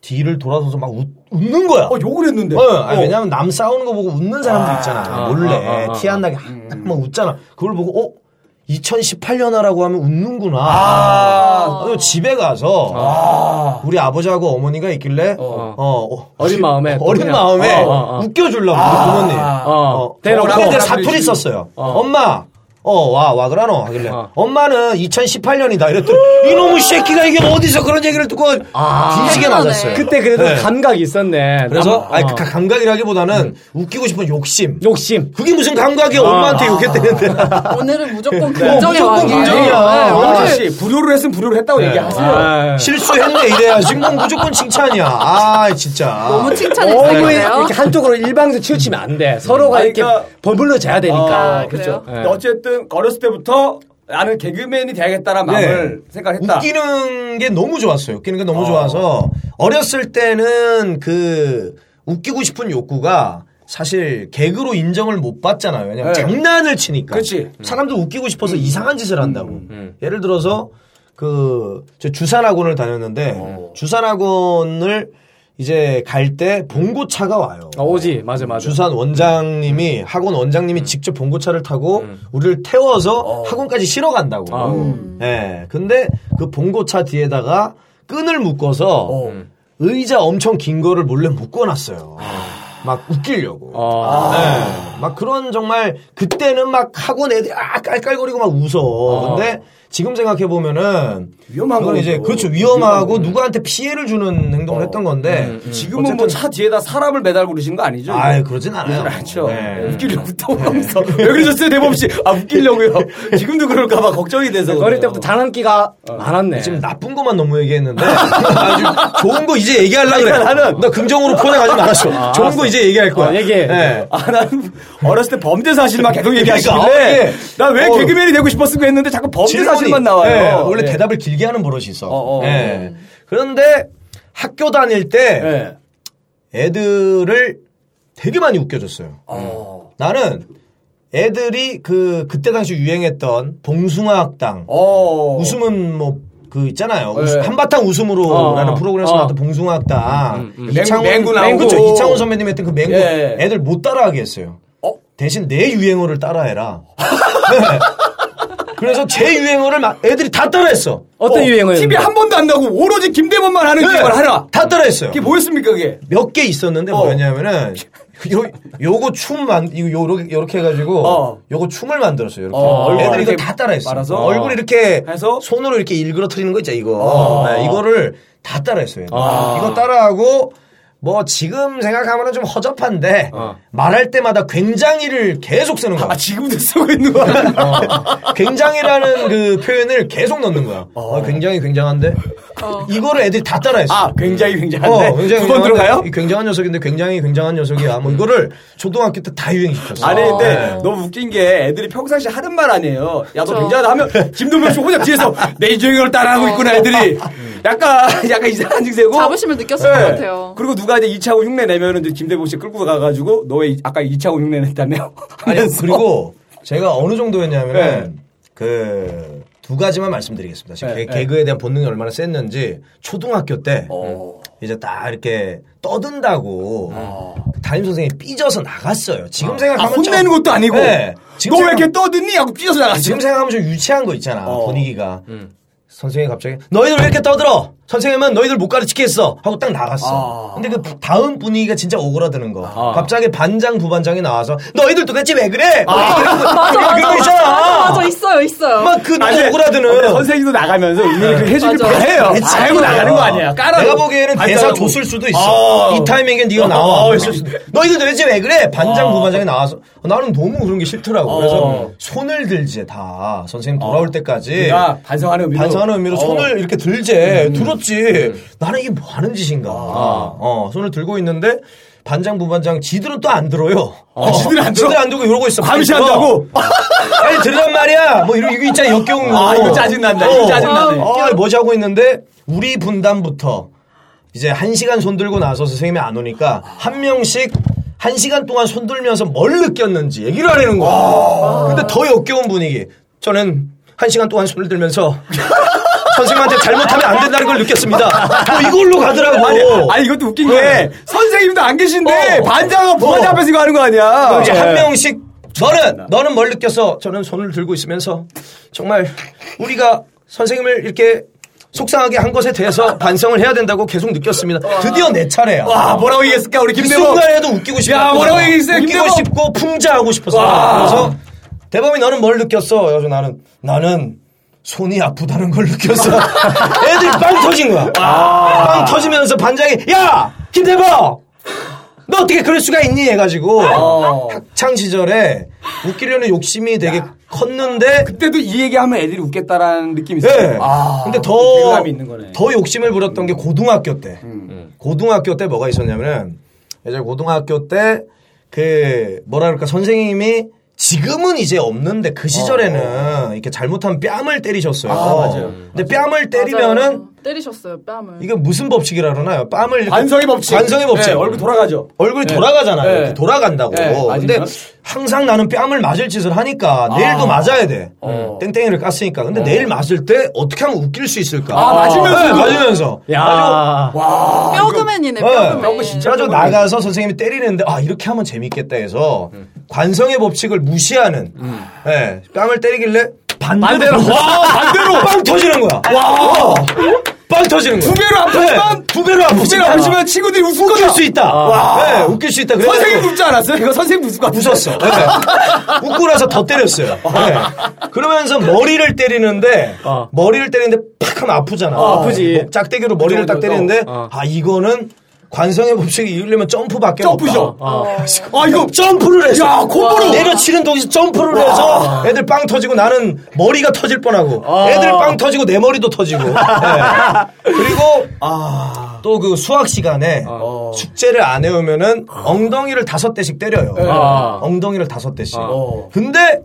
C: 뒤를 돌아서서 막 웃, 는 거야.
A: 어, 욕을 했는데.
C: 어, 아니, 왜냐면 남 싸우는 거 보고 웃는 사람들 있잖아. 몰래 티 안 나게 막 웃잖아. 그걸 보고 어 2018년아라고 하면 웃는구나.
A: 아.
C: 그래서 집에 가서
A: 아.
C: 우리 아버지하고 어머니가 있길래 어, 어,
B: 어린 마음에 또
C: 어린
B: 그냥,
C: 마음에
B: 어, 어, 어.
C: 웃겨주려고 우리 부모님
A: 아.
B: 어.
C: 대놓고
B: 대놓고.
C: 근데 사투리 썼어요 엄마 어와와 그러노 하길래
B: 어.
C: 엄마는 2018년이다 이랬더니 이놈의 새끼가 이게 어디서 그런 얘기를 듣고 뒤지게
D: 그러네.
C: 맞았어요
B: 아. 그때 그래도
C: 네.
B: 감각이 있었네.
C: 그래서
B: 남-
C: 아니
B: 어.
C: 그 감각이라기보다는 웃기고 싶은 욕심 아, 네.
B: 욕심.
C: 그게 무슨 감각이야 엄마한테 욕했대는데
D: 오늘은 무조건 긍정의
C: 무조건
D: 왕이에요.
C: 긍정이야.
D: 네,
A: 아,
D: 오늘
A: 씨, 불효를 했으면 불효를 했다고
C: 예.
A: 얘기하세요.
B: 아,
C: 실수했네 이래야지 뭐 무조건 칭찬이야 아 진짜
D: 너무 칭찬해
B: 너무
D: 주세요.
B: 이렇게 한쪽으로 일방에서 치우치면 안 돼. 서로가
A: 아니,
B: 이렇게
A: 그러니까-
B: 버블러져야 되니까.
D: 아, 그래요?
C: 예.
B: 네.
A: 근데 어쨌든 어렸을 때부터 나는 개그맨이 돼야겠다라는 마음을 생각했다.
C: 예. 웃기는 게 너무 좋았어요. 웃기는 게 너무 좋아서 어렸을 때는 그 웃기고 싶은 욕구가 사실 개그로 인정을 못 받잖아요. 왜냐면
A: 네. 음.
C: 장난을 치니까.
A: 그치.
C: 사람도 웃기고 싶어서 이상한 짓을
A: 음.
C: 한다고. 예를 들어서 그, 저 주산학원을 다녔는데
A: 어.
C: 주산학원을 이제 갈 때 봉고차가 와요.
B: 어, 오지. 맞아, 맞아.
C: 주산 원장님이 학원 원장님이 직접 봉고차를 타고 우리를 태워서 학원까지 실어 간다고. 예. 근데 그 봉고차 뒤에다가 끈을 묶어서 의자 엄청 긴 거를 몰래 묶어 놨어요. 막 웃기려고.
B: 어.
C: 예. 막 그런 정말 그때는 막 학원 애들이 아 깔깔거리고 막 웃어. 근데 지금 생각해 보면은
A: 위험한
C: 그건 이제
A: 거죠.
C: 그렇죠 위험하고 누구한테 피해를 주는 행동을 했던 건데
A: 지금은 뭐 차 뒤에다 사람을 매달고 그러신 거 아니죠?
C: 아 그러진 않아요.
A: 그렇죠.
C: 네.
A: 웃기려고 또 하면서 왜 그러셨어요 대범 씨? 아 웃기려고요. 지금도 그럴까봐 걱정이 돼서.
B: 어릴 때부터 장난기가 많았네.
C: 지금 나쁜 것만 너무 얘기했는데 아, 지금 좋은 거 이제 얘기하려고 그래. 나는 나 긍정으로 포장하지 말았어. 좋은 거 이제 얘기할 거야.
B: 어, 얘기해.
C: 예.
A: 아, 난 어렸을 때 범죄 사실만 계속
C: 그러니까, 어,
A: 얘기하시길래
C: 이게-
A: 나 왜
C: 어.
A: 개그맨이 되고 싶었을까 했는데 자꾸 범죄
C: 질문이-
A: 사실만
C: 예,
A: 나와요.
C: 원래
A: 예.
C: 대답을 길게 하는 버릇이 있어.
A: 어, 어.
C: 예. 그런데 학교 다닐 때
A: 예.
C: 애들을 되게 많이 웃겨줬어요. 예.
A: 어.
C: 나는 애들이 그 그때 당시 유행했던 봉숭아 학당
A: 어.
C: 웃음은 뭐 그 있잖아요. 웃-
A: 예.
C: 한바탕 웃음으로라는
B: 어,
C: 프로그램에서
B: 어.
C: 나왔던 봉숭아 학당. 이창훈
A: 음, 맹구, 맹구 나오고.
C: 그쵸, 이창훈 선배님 했던 그 맹구
A: 예.
C: 애들 못 따라하게 했어요.
A: 어?
C: 대신 내 유행어를 따라해라. *laughs* 네. 그래서 제 유행어를 막 애들이 다 따라했어.
B: 어떤 유행어였는데?
A: TV 한 번도 안 나고 오로지 김대범만 하는
C: 네.
A: 기억을 그 하라.
C: 다 따라했어요.
A: 그게 뭐였습니까 그게?
C: 몇 개 있었는데
A: 어.
C: 뭐였냐면은 요 요거 춤만 이거 요렇게 요렇게 해가지고
A: 어.
C: 요거 춤을 만들었어요. 이렇게
A: 어, 얼굴
C: 애들이 이거
A: 이렇게
C: 다 따라했어.
A: 말아서?
C: 얼굴 이렇게
A: 해서? 어.
C: 손으로 이렇게 일그러뜨리는 거 있죠 이거 네, 이거를 다 따라했어요. 애들이.
A: 아.
C: 이거 따라하고 뭐 지금 생각하면은 좀 허접한데 말할 때마다 굉장히를 계속 쓰는 거야.
A: 어. 아 지금도 쓰고 있는 거 아니야?
C: *laughs* 굉장히라는 그 표현을 계속 넣는 거야. 어, 굉장히 굉장한데 이거를 애들이 다 따라했어.
A: 아 굉장히 굉장한데
C: 어, 굉장히
A: 두번
C: 굉장한-
A: 들어가요?
C: 이 굉장한 녀석인데 굉장히 굉장한 녀석이야. 뭐 이거를 초등학교 때 다 유행시켰어.
A: 아니 근데
C: 네.
A: 너무 웃긴 게 애들이 평상시 하는 말 아니에요. 야 너
D: 그쵸. 어.
A: 굉장하다 하면 김동현 씨 혼자 뒤에서 내 인종을 따라하고 있구나 애들이. 약간 *laughs* 약간 이상한 증세고. 네.
D: 자부심을 느꼈을 것 같아요.
A: 그리고 누가 이제 2차고 흉내 내면은 이제 김대범 씨 끌고 가가지고 너 왜 아까 2차고 흉내 냈다며.
C: 아니,
A: 하면서.
C: 그리고 제가 어느 정도였냐면은 그. 두 가지만 말씀드리겠습니다. 지금
A: 네,
C: 개, 그에 대한 본능이 얼마나 셌는지 초등학교 때
A: 어.
C: 음, 이제 딱 이렇게 떠든다고 담임 선생님이 삐져서 나갔어요.
A: *laughs*
C: 지금
A: 아,
C: 생각하면
A: 혼내는
C: 좀-
A: 것도 아니고.
C: 네. 지금
A: 너 왜
C: 생각-
A: 이렇게 떠드니? 하고 삐져서
C: 아,
A: 나갔지.
C: 지금 생각하면 좀 유치한 거 있잖아
A: 어.
C: 분위기가 선생님이 갑자기 너희들 왜 이렇게 떠들어 선생님은 너희들 못 가르치겠어 하고 딱
A: 아.
C: 나갔어. 근데 그 다음 분위기가 진짜 오그라드는 거. 갑자기 반장 부반장이 나와서 너희들 도대체 왜 그래?
D: 맞아, 맞아,
C: 그거 있잖아.
D: 맞아, 맞아, 있어요, 있어요.
C: 막그
A: 아니, 근데
C: 오그라드는.
A: 네. 어,
C: 네.
A: 선생님도 나가면서 이렇게 해주길
D: 맞아.
A: 바래요.
C: 그치.
A: 알고 나가는 거 아니야. 깔아.
C: 내가 보기에는 대사 줬을 수도 있어.
A: 아.
C: 이 타이밍에 네가
A: 아,
C: 나와.
A: 아, 있을 수도 있어. 아.
C: 너희들 도대체 왜 그래? 반장 부반장이 나와서 나는 너무 그런 게 싫더라고. 그래서
A: 어.
C: 손을 들지 다 선생님 돌아올 때까지.
A: 내가 반성하는 의미로.
C: 네. 반성하는 의미로
A: 어. 음.
C: 손을 이렇게 들제 들었지 나는 이게 뭐 하는 짓인가
A: 아.
C: 어, 손을 들고 있는데 반장 부반장 지들은 또 안 들어요 어,
A: 아, 지들은 안 들어?
C: 지들 안 들고 이러고 있어 그러니까.
A: 감시한다고?
C: *laughs* 아니 들란 말이야 뭐 이런 이거 있잖아 역겨운 거
A: 아, 이거 짜증난다. 이거 짜증나네.
C: 아, 뭐지 하고 있는데 우리 분단부터 이제 한 시간 손 들고 나서 선생님이 안 오니까 한 명씩 한 시간 동안 손 들면서 뭘 느꼈는지 얘기를 하려는
A: 아,
C: 거야. 근데 더 역겨운 분위기. 저는 한 시간 동안 손을 들면서 *laughs* 선생님한테 잘못하면 안 된다는 걸 느꼈습니다. 뭐 이걸로 가더라고.
A: 아니, 아니, 이것도 웃긴 게 선생님도 안 계신데
C: 어.
A: 반장하고 부반장
C: 어.
A: 앞에서 이거 하는 거 아니야.
C: 이제 한 명씩 너는 너는 뭘 느꼈어? 저는 손을 들고 있으면서 정말 우리가 선생님을 이렇게 속상하게 한 것에 대해서 반성을 해야 된다고 계속 느꼈습니다. 드디어 내 차례야.
A: 와, 아, 뭐라고 얘기했을까, 우리
C: 그
A: 김대범.
C: 순간에도 웃기고 싶어.
A: 야, 뭐라고 얘기했어요,
C: 웃기고
A: 김대범?
C: 싶고 풍자하고 싶어서.
A: 와.
C: 그래서 대범이 너는 뭘 느꼈어? 그래서 나는 나는 손이 아프다는 걸 느꼈어. *laughs* 애들이 빵 터진 거야. 빵 터지면서 반장이 야 김대범 너 어떻게 그럴 수가 있니 해가지고
A: 어.
C: 학창 시절에 웃기려는 욕심이 되게 컸는데
A: 그때도 이 얘기하면 애들이 웃겠다라는 느낌이 있어요.
C: 네.
A: 아.
C: 근데 더,
A: 배감이 있는 거네.
C: 더 욕심을 부렸던 게 고등학교 때.
A: 음.
C: 고등학교 때 뭐가 있었냐면은, 예전에 고등학교 때, 그, 뭐라 그럴까, 선생님이 지금은 이제 없는데 그 시절에는 이렇게 잘못하면 뺨을 때리셨어요.
A: 어. 맞아요.
C: 근데 뺨을 때리면은,
D: 맞아요. 때리셨어요 뺨을.
C: 이게 무슨 법칙이라 그러나요? 뺨을. 이렇게-
A: 반성의 법칙.
C: 반성의 법칙.
A: 네, 얼굴 돌아가죠.
C: 얼굴이 돌아가잖아요.
A: 네.
C: 이렇게 돌아간다고.
A: 네,
C: 근데
A: 맞으면?
C: 항상 나는 뺨을 맞을 짓을 하니까 내일도 맞아야 돼.
A: 어. 네.
C: 땡땡이를 깠으니까. 근데 내일 맞을 때 어떻게 하면 웃길 수 있을까?
A: 아, 맞으면서도?
C: 네, 맞으면서.
A: 아.
B: 야.
C: 네.
D: 뼈그맨이네 뼈그맨.
C: 그래가지고 나가서 선생님이 때리는데 아 이렇게 하면 재밌겠다 해서
A: 음.
C: 관성의 법칙을 무시하는 예, 뺨을 때리길래 반대로 와 반대로 빵 터지는 거야 와빵 터지는
A: 아. 두
C: 거야
A: 배로 아프지만
C: 네, 두 배로 아프지만
A: 웃지만 하지만 친구들이 웃을 거다.
C: 웃길 수 있다 네, 웃길 수 있다 그래가지고
A: 선생님 웃지 않았어요? 이거 선생님 웃을 것 같아.
C: 웃었어. 네. 웃고 나서 더 때렸어요. 네. 그러면서 머리를 때리는데 머리를 때리는데 팍 하면 아프잖아.
B: 아프지.
C: 어, 목 짝대기로 머리를 딱 때리는데 아 이거는 관성의 법칙이 이기려면 점프밖에
A: 점프죠.
C: 없다. 아 이거 점프를 했어.
A: 야, 콤보로.
C: 내려치는 동시에 점프를 해서 아. 애들 빵 터지고 나는 머리가 터질 뻔하고 애들 빵 터지고 내 머리도 *laughs* 터지고. 네. 그리고 또 그 수학 시간에 숙제를 안 해오면은 엉덩이를 다섯 대씩 때려요.
B: 아.
C: 엉덩이를 다섯 대씩.
A: 어.
C: 근데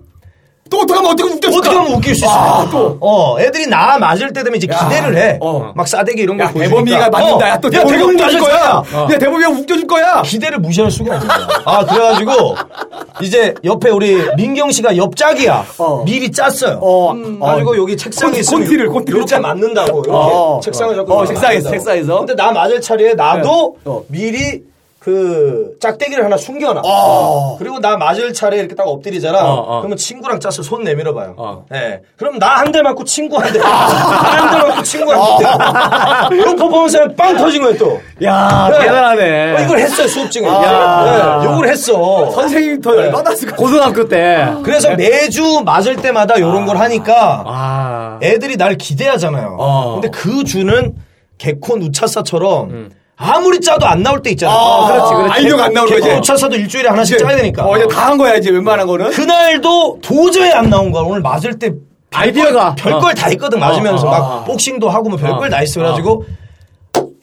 A: 또 어떻게 하면 어떻게 웃겼을까?
C: 어떻게 하면 웃길 수 있어.
A: 아, 또. 어.
C: 어, 애들이 나 맞을 때 되면 이제 기대를 해. 막 싸대기 이런 거
A: 야,
C: 보여주니까.
A: 대범이가 맞는다. 어. 야, 또
C: 야,
A: 대범이가
C: 대범이
A: 웃겨줄
C: 맞았어.
A: 거야. 야, 대범이가 웃겨줄 거야.
C: 아, 기대를 무시할 수가 없어. 아, 그래가지고, 이제 옆에 우리 민경 씨가 옆짝이야. 미리 짰어요. 음.
A: 어.
C: 가지고 여기 책상에
A: 콘-
C: 있으면
A: 콘티를, 콘티를
C: 이렇게
A: 짜-
C: 맞는다고 이렇게
A: 어.
C: 책상을 잡고
A: 어,
C: 이렇게
A: 책상에서,
C: 맞는다고.
A: 책상에서.
C: 근데 나 맞을 차례에 나도
A: 네. 어.
C: 미리 그 짝대기를 하나 숨겨놔
A: 어.
C: 그리고 나 맞을 차례에 이렇게 딱 엎드리잖아
B: 어, 어.
C: 그러면 친구랑 짜서 손 내밀어 봐요
B: 어.
C: 네. 그럼 나 한 대 맞고 친구
A: *laughs*
C: 한대나한 대 맞고 친구
A: 어.
C: 한대 이런 퍼포먼스는 빵 터진 거예요 또
B: 야,
C: 네.
B: 대단하네.
C: 어, 이걸 했어요 수업 중에
B: 야.
A: 아.
C: 네, 욕을 했어
A: 선생님이 더 열받았을 것
B: 네. 고등학교 때.
C: 그래서
A: 네.
C: 매주 맞을 때마다 이런 걸 하니까
B: 아.
C: 애들이 날 기대하잖아요.
B: 어.
C: 근데 그 주는 개콘 우차사처럼 아무리 짜도 안 나올 때 있잖아요.
A: 그렇지, 그렇지. 음. 아이디어가 안 나올 때
C: 개콘
A: 이제.
C: 우차사도 일주일에 하나씩
A: 같아.
C: 짜야 되니까.
A: 어, 이제 다 한 거야, 이제 웬만한 거는.
C: 그날도 도저히 안 나온 거야. 오늘 맞을 때
B: 아이디어가. 어,
C: 별걸 다 했거든 맞으면서 막 복싱도 하고 뭐 별걸 다 했어 그래가지고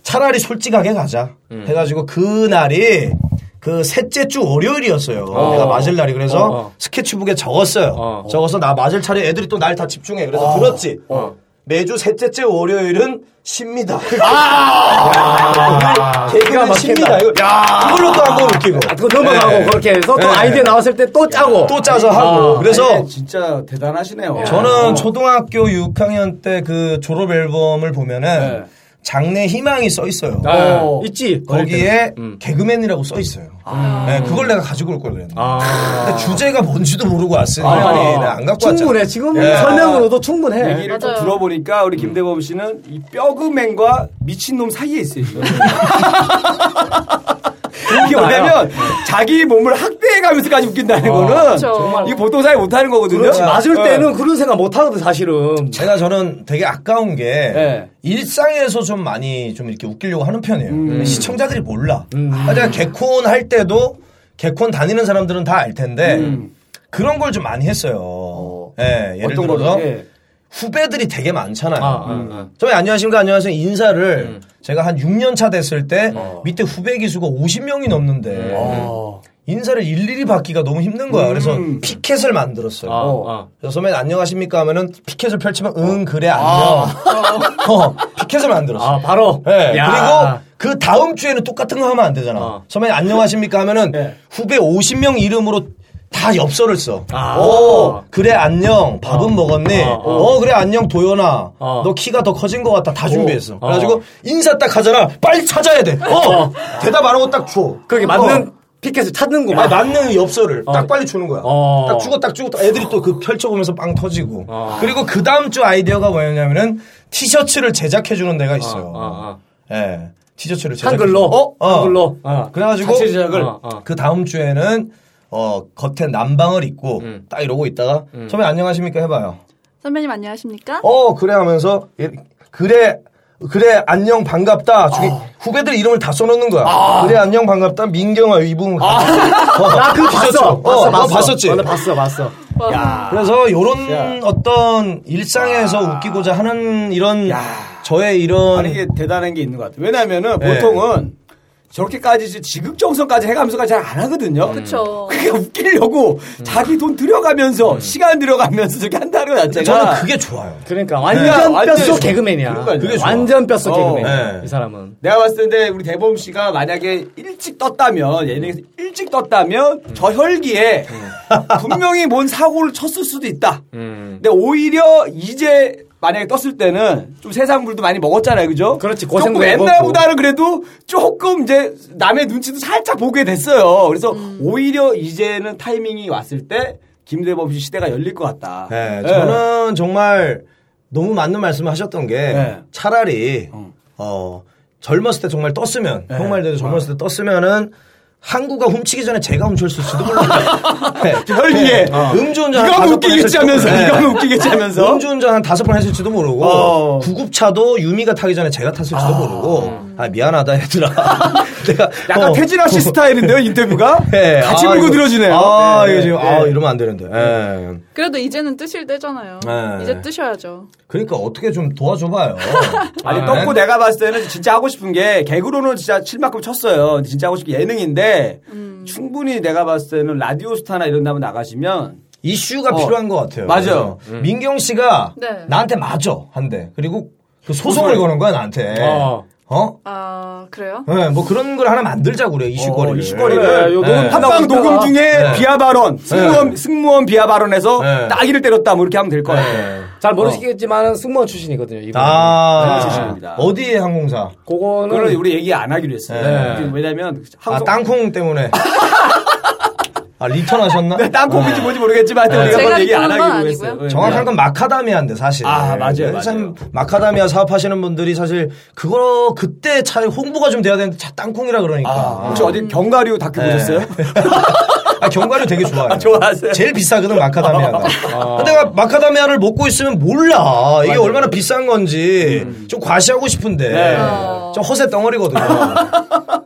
C: 차라리 솔직하게 가자
B: 음.
C: 해가지고 그날이 그 셋째 주 월요일이었어요 내가 맞을 날이 그래서
B: 어, 어.
C: 스케치북에 적었어요
B: 어.
C: 적어서 나 맞을 차례 애들이 또 날 다 집중해 그래서 들었지
B: 어.
C: 매주 셋째째 월요일은 쉽니다. *laughs* 아! 개그는
B: 막힌다.
C: 쉽니다. 이거 이걸로 또 한 번 웃기고.
B: 아, 그거 넘어가고
C: 네.
B: 그렇게 해서 또
C: 네.
B: 아이디어 나왔을 때 또 짜고.
C: 또 짜서 하고.
B: 아,
C: 그래서
A: 아니, 진짜 대단하시네요. 어.
C: 저는 초등학교 6학년 때 그 졸업 앨범을 보면은 장래 희망이 써 있어요.
B: 네.
E: 아,
A: 어.
B: 있지.
C: 거기에
E: 음.
C: 개그맨이라고 써 있어요. 네, 그걸 내가 가지고 올 걸 그랬는데.
E: 아.
C: 근데 주제가 뭔지도 모르고 왔으니
B: 아.
C: 아니, 내가 안 갖고 왔잖아.
B: 충분해. 지금
C: 예.
B: 설명으로도 충분해.
A: 네. 얘기를 좀
D: 네. 맞아요.
A: 들어보니까 우리 김대범 씨는 이 뼈그맨과 미친놈 사이에 있어요.
B: *laughs*
A: 지금. 이게 뭐냐면
B: 네.
A: 자기 몸을 학대해가면서까지 웃긴다는 거는
D: 그렇죠. 정말.
A: 이게 보통 사람이 못하는 거거든요.
B: 아, 그렇지. 맞을
A: 예.
B: 때는 그런 생각 못 하거든, 사실은.
C: 제가 저는 되게 아까운 게
A: 네.
C: 일상에서 좀 많이 좀 이렇게 웃기려고 하는 편이에요.
A: 음.
C: 시청자들이 몰라. 아, 제가 개콘 할 때도 개콘 다니는 사람들은 다 알 텐데 그런 걸 좀 많이 했어요. 예,
A: 음.
C: 예를
A: 어떤
C: 들어서
A: 거를? 예.
C: 후배들이 되게 많잖아요. 음.
E: 아, 아, 아.
C: 저희 안녕하십니까 안녕하세요 인사를
A: 음.
C: 제가 한 6년 차 됐을 때
A: 어.
C: 밑에 후배 기수가 50명이
A: 음.
C: 넘는데
B: 어.
C: 인사를 일일이 받기가 너무 힘든 거야. 그래서
A: 음.
C: 피켓을 만들었어요.
E: 아, 아.
C: 그래서 선배님 안녕하십니까 하면은 피켓을 펼치면 응 그래 안녕. *laughs* 어, 피켓을 만들었어.
B: 아, 바로.
C: 예,
B: 야.
C: 그리고 그 다음 주에는 똑같은 거 하면 안 되잖아.
E: 어.
C: 선배님 안녕하십니까 하면은
A: 예.
C: 후배 50명 이름으로 다 엽서를 써.
E: 아.
C: 오, 그래 안녕. 밥은 먹었니? 어, 그래 안녕 도연아.
E: 어.
C: 너 키가 더 커진 것 같다. 다 준비했어.
E: 어.
C: 그래가지고 인사 딱 하잖아. 빨리 찾아야 돼. 어. 대답 안 하고 딱 줘.
B: 거기 맞는 피켓을 찾는구만.
C: 어. 아니, 맞는 엽서를 딱 빨리 주는 거야.
E: 어.
C: 딱 주고 딱 주고 딱 애들이 또 그 펼쳐보면서 빵 터지고.
E: 어.
C: 그리고 그 다음 주 아이디어가 뭐였냐면은 티셔츠를 제작해주는 데가 있어요.
E: 아, 아.
C: 예. 티셔츠를 제작.
B: 한글로.
C: 어.
B: 한글로.
E: 아.
C: 그래가지고
B: 자체 제작을.
E: 어, 어.
C: 그 다음 주에는 어 겉에 남방을 입고
E: 음.
C: 딱 이러고 있다가 처음에 안녕하십니까 해봐요.
D: 선배님 안녕하십니까?
C: 어 그래 하면서 이- 그래 그래 안녕 반갑다 저기 후배들 이름을 다 써놓는 거야 그래 안녕 반갑다 민경아 이 부분
B: 나그
C: 티셔츠.
B: 봤어.
C: 어,
B: 봤어,
C: 너
B: 봤어.
C: 봤었지?
B: 어, 나 봤어, 봤어.
D: 와.
C: 그래서 요런 어떤 일상에서 웃기고자 하는 이런 저의 이런
A: 아니 이게 대단한 게 있는 것 같아요. 왜냐면은
C: 네.
A: 보통은 저렇게까지 이제 지극정성까지 해가면서가 잘 안 하거든요.
D: 음. 그쵸.
A: 그게 웃기려고 자기 돈
B: 음.
A: 들여가면서 시간 들여가면서 저렇게 한다는 것 자체가
C: 저는 그게 좋아요
B: 그러니까
A: 네,
B: 완전
A: 완전
B: 뼛속
A: 좋아.
B: 개그맨이야.
A: 그러니까요. 그게 좋아.
B: 완전 뼛속
A: 어,
B: 개그맨.
C: 네.
B: 이 사람은.
A: 내가 봤을 때 우리 대범 씨가 만약에 일찍 떴다면 예능에서 일찍 떴다면
B: 음.
A: 저 혈기에 분명히 뭔 사고를 쳤을 수도 있다.
E: 음.
A: 근데 오히려 이제 만약에 떴을 때는 좀 세상 물도 많이 먹었잖아요, 그죠?
B: 그렇지, 고생도
A: 조금
B: 먹었고.
A: 옛날보다는 그래도 조금 이제 남의 눈치도 살짝 보게 됐어요. 그래서 오히려 이제는 타이밍이 왔을 때 김대범 씨 시대가 열릴 것 같다.
C: 네,
A: 예.
C: 저는 정말 너무 맞는 말씀을 하셨던 게
A: 네.
C: 차라리 어 젊었을 때 정말 떴으면
A: 네.
C: 형 말대로 젊었을 때 떴으면은 항구가 훔치기 전에 제가 훔쳤을 수도
A: *laughs*
C: 몰라요. 네.
A: 혈기에
C: 음주운전 한
A: 어. 이건
C: 다섯 번
A: 웃기겠지
C: 했을지도
A: 하면서
C: 모르-
A: 이건
C: 네.
A: 웃기겠지 하면서
C: 음주운전 한 다섯 번 했을지도 모르고
A: 어.
C: 구급차도 유미가 타기 전에 제가 탔을지도 모르고 아 미안하다 얘들아 *laughs* 내가
A: 약간
C: 어.
A: 태진아 씨 스타일인데요 인터뷰가
C: *laughs* 예,
A: 같이
C: 아,
A: 물고
C: 이거-
A: 들어지네요. 네.
C: 아
A: 예,
C: 이거 지금
A: 예.
C: 아 이러면 안 되는데 예.
D: 그래도 이제는 뜨실 때잖아요.
C: 네.
D: 이제 뜨셔야죠.
C: 그러니까 어떻게 좀 도와줘봐요.
A: *laughs* 아니
C: 네.
A: 떴고 내가 봤을 때는 진짜 하고 싶은 게 개그로는 진짜 칠만큼 쳤어요. 진짜 하고 싶은 게 예능인데
D: 음.
A: 충분히 내가 봤을 때는 라디오 스타나 이런 데 한번 나가시면
C: 네. 이슈가
A: 어.
C: 필요한 것 같아요.
A: 맞아요. 음.
C: 그래서 민경 씨가
D: 네.
C: 나한테 맞아 한대. 그리고 그 소송을
A: 소송을
C: 거는 거야 나한테.
E: 어.
C: 어?
D: 아 그래요?
C: 네, 뭐 그런 걸 하나 만들자 고 그래 이슈거리를.
A: 어, 이슈거리를
C: 네.
A: 요
C: 네.
A: 녹음 방 녹음 중에 비하 발언 승무원
C: 네.
A: 승무원 비하 발언에서
C: 네.
A: 따기를 때렸다 뭐 이렇게 하면 될 것 같아요.
C: 네.
B: 잘 모르시겠지만 은 승무원 출신이거든요. 이분.
C: 아
A: 사실입니다.
C: 어디의 항공사?
A: 그걸
B: 그거는
A: 우리 얘기 안 하기로 했어요.
C: 네.
A: 왜냐면
C: 아
A: 항상 *laughs*
C: 땅콩 때문에. 아 리턴하셨나?
A: 네, 땅콩인지 뭔지 모르겠지만 하여튼 우리가
D: 제가
A: 그걸 얘기 안
D: 그런 건
A: 하기로
D: 아니고요.
A: 했어요. 네.
C: 네. 정확한 건 마카다미아인데 사실.
A: 아, 맞아요,
C: 그래서 참
A: 맞아요.
C: 마카다미아 사업하시는 분들이 사실 그거 그때 잘 홍보가 좀 돼야 되는데 자 땅콩이라 그러니까.
A: 아, 혹시 어디 견과류 다큐
C: 네.
A: 보셨어요?
C: 아, 견과류 되게 좋아해요.
A: 아, *laughs* 좋아하세요?
C: 제일 비싸거든 마카다미아가. 근데 내가 마카다미아를 먹고 있으면 몰라 이게 얼마나 비싼 건지 좀 과시하고 싶은데
A: 음. 네.
C: 좀
A: *laughs*
C: 허세 덩어리거든요.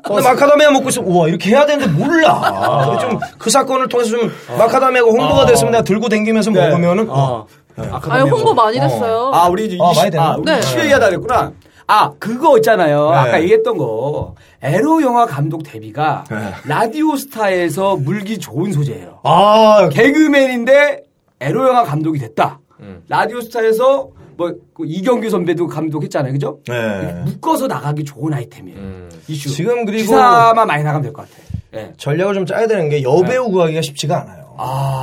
C: 근데 마카다미아 먹고 있으면 우와 이렇게 해야 되는데 몰라. 좀 그 사건을 통해서 좀
A: 어.
C: 마카다미아가 홍보가 됐으면 내가 들고 댕기면서
A: 네.
C: 먹으면은 어.
A: 그
D: 아유 홍보 많이 됐어요.
A: 아, 우리 이제
C: 아,
A: 이
C: 많이
A: 시-
C: 됐나?
A: 아, 우리
D: 네.
A: 시회 얘기하다 그랬구나. 아, 그거 있잖아요.
C: 네.
A: 아까 얘기했던 거. 에로 영화 감독 데뷔가
C: 네.
A: 라디오 스타에서 물기 좋은 소재예요.
C: 아
A: 개그맨인데 에로 영화 감독이 됐다.
C: 음.
A: 라디오 스타에서 뭐그 이경규 선배도 감독했잖아요. 그죠?
C: 네. 음.
A: 묶어서 나가기 좋은 아이템이에요. 이슈.
C: 지금 그리고-
A: 기사만 많이 나가면 될 것 같아. 예.
C: 전략을 좀 짜야 되는 게 여배우 구하기가 쉽지가 않아요.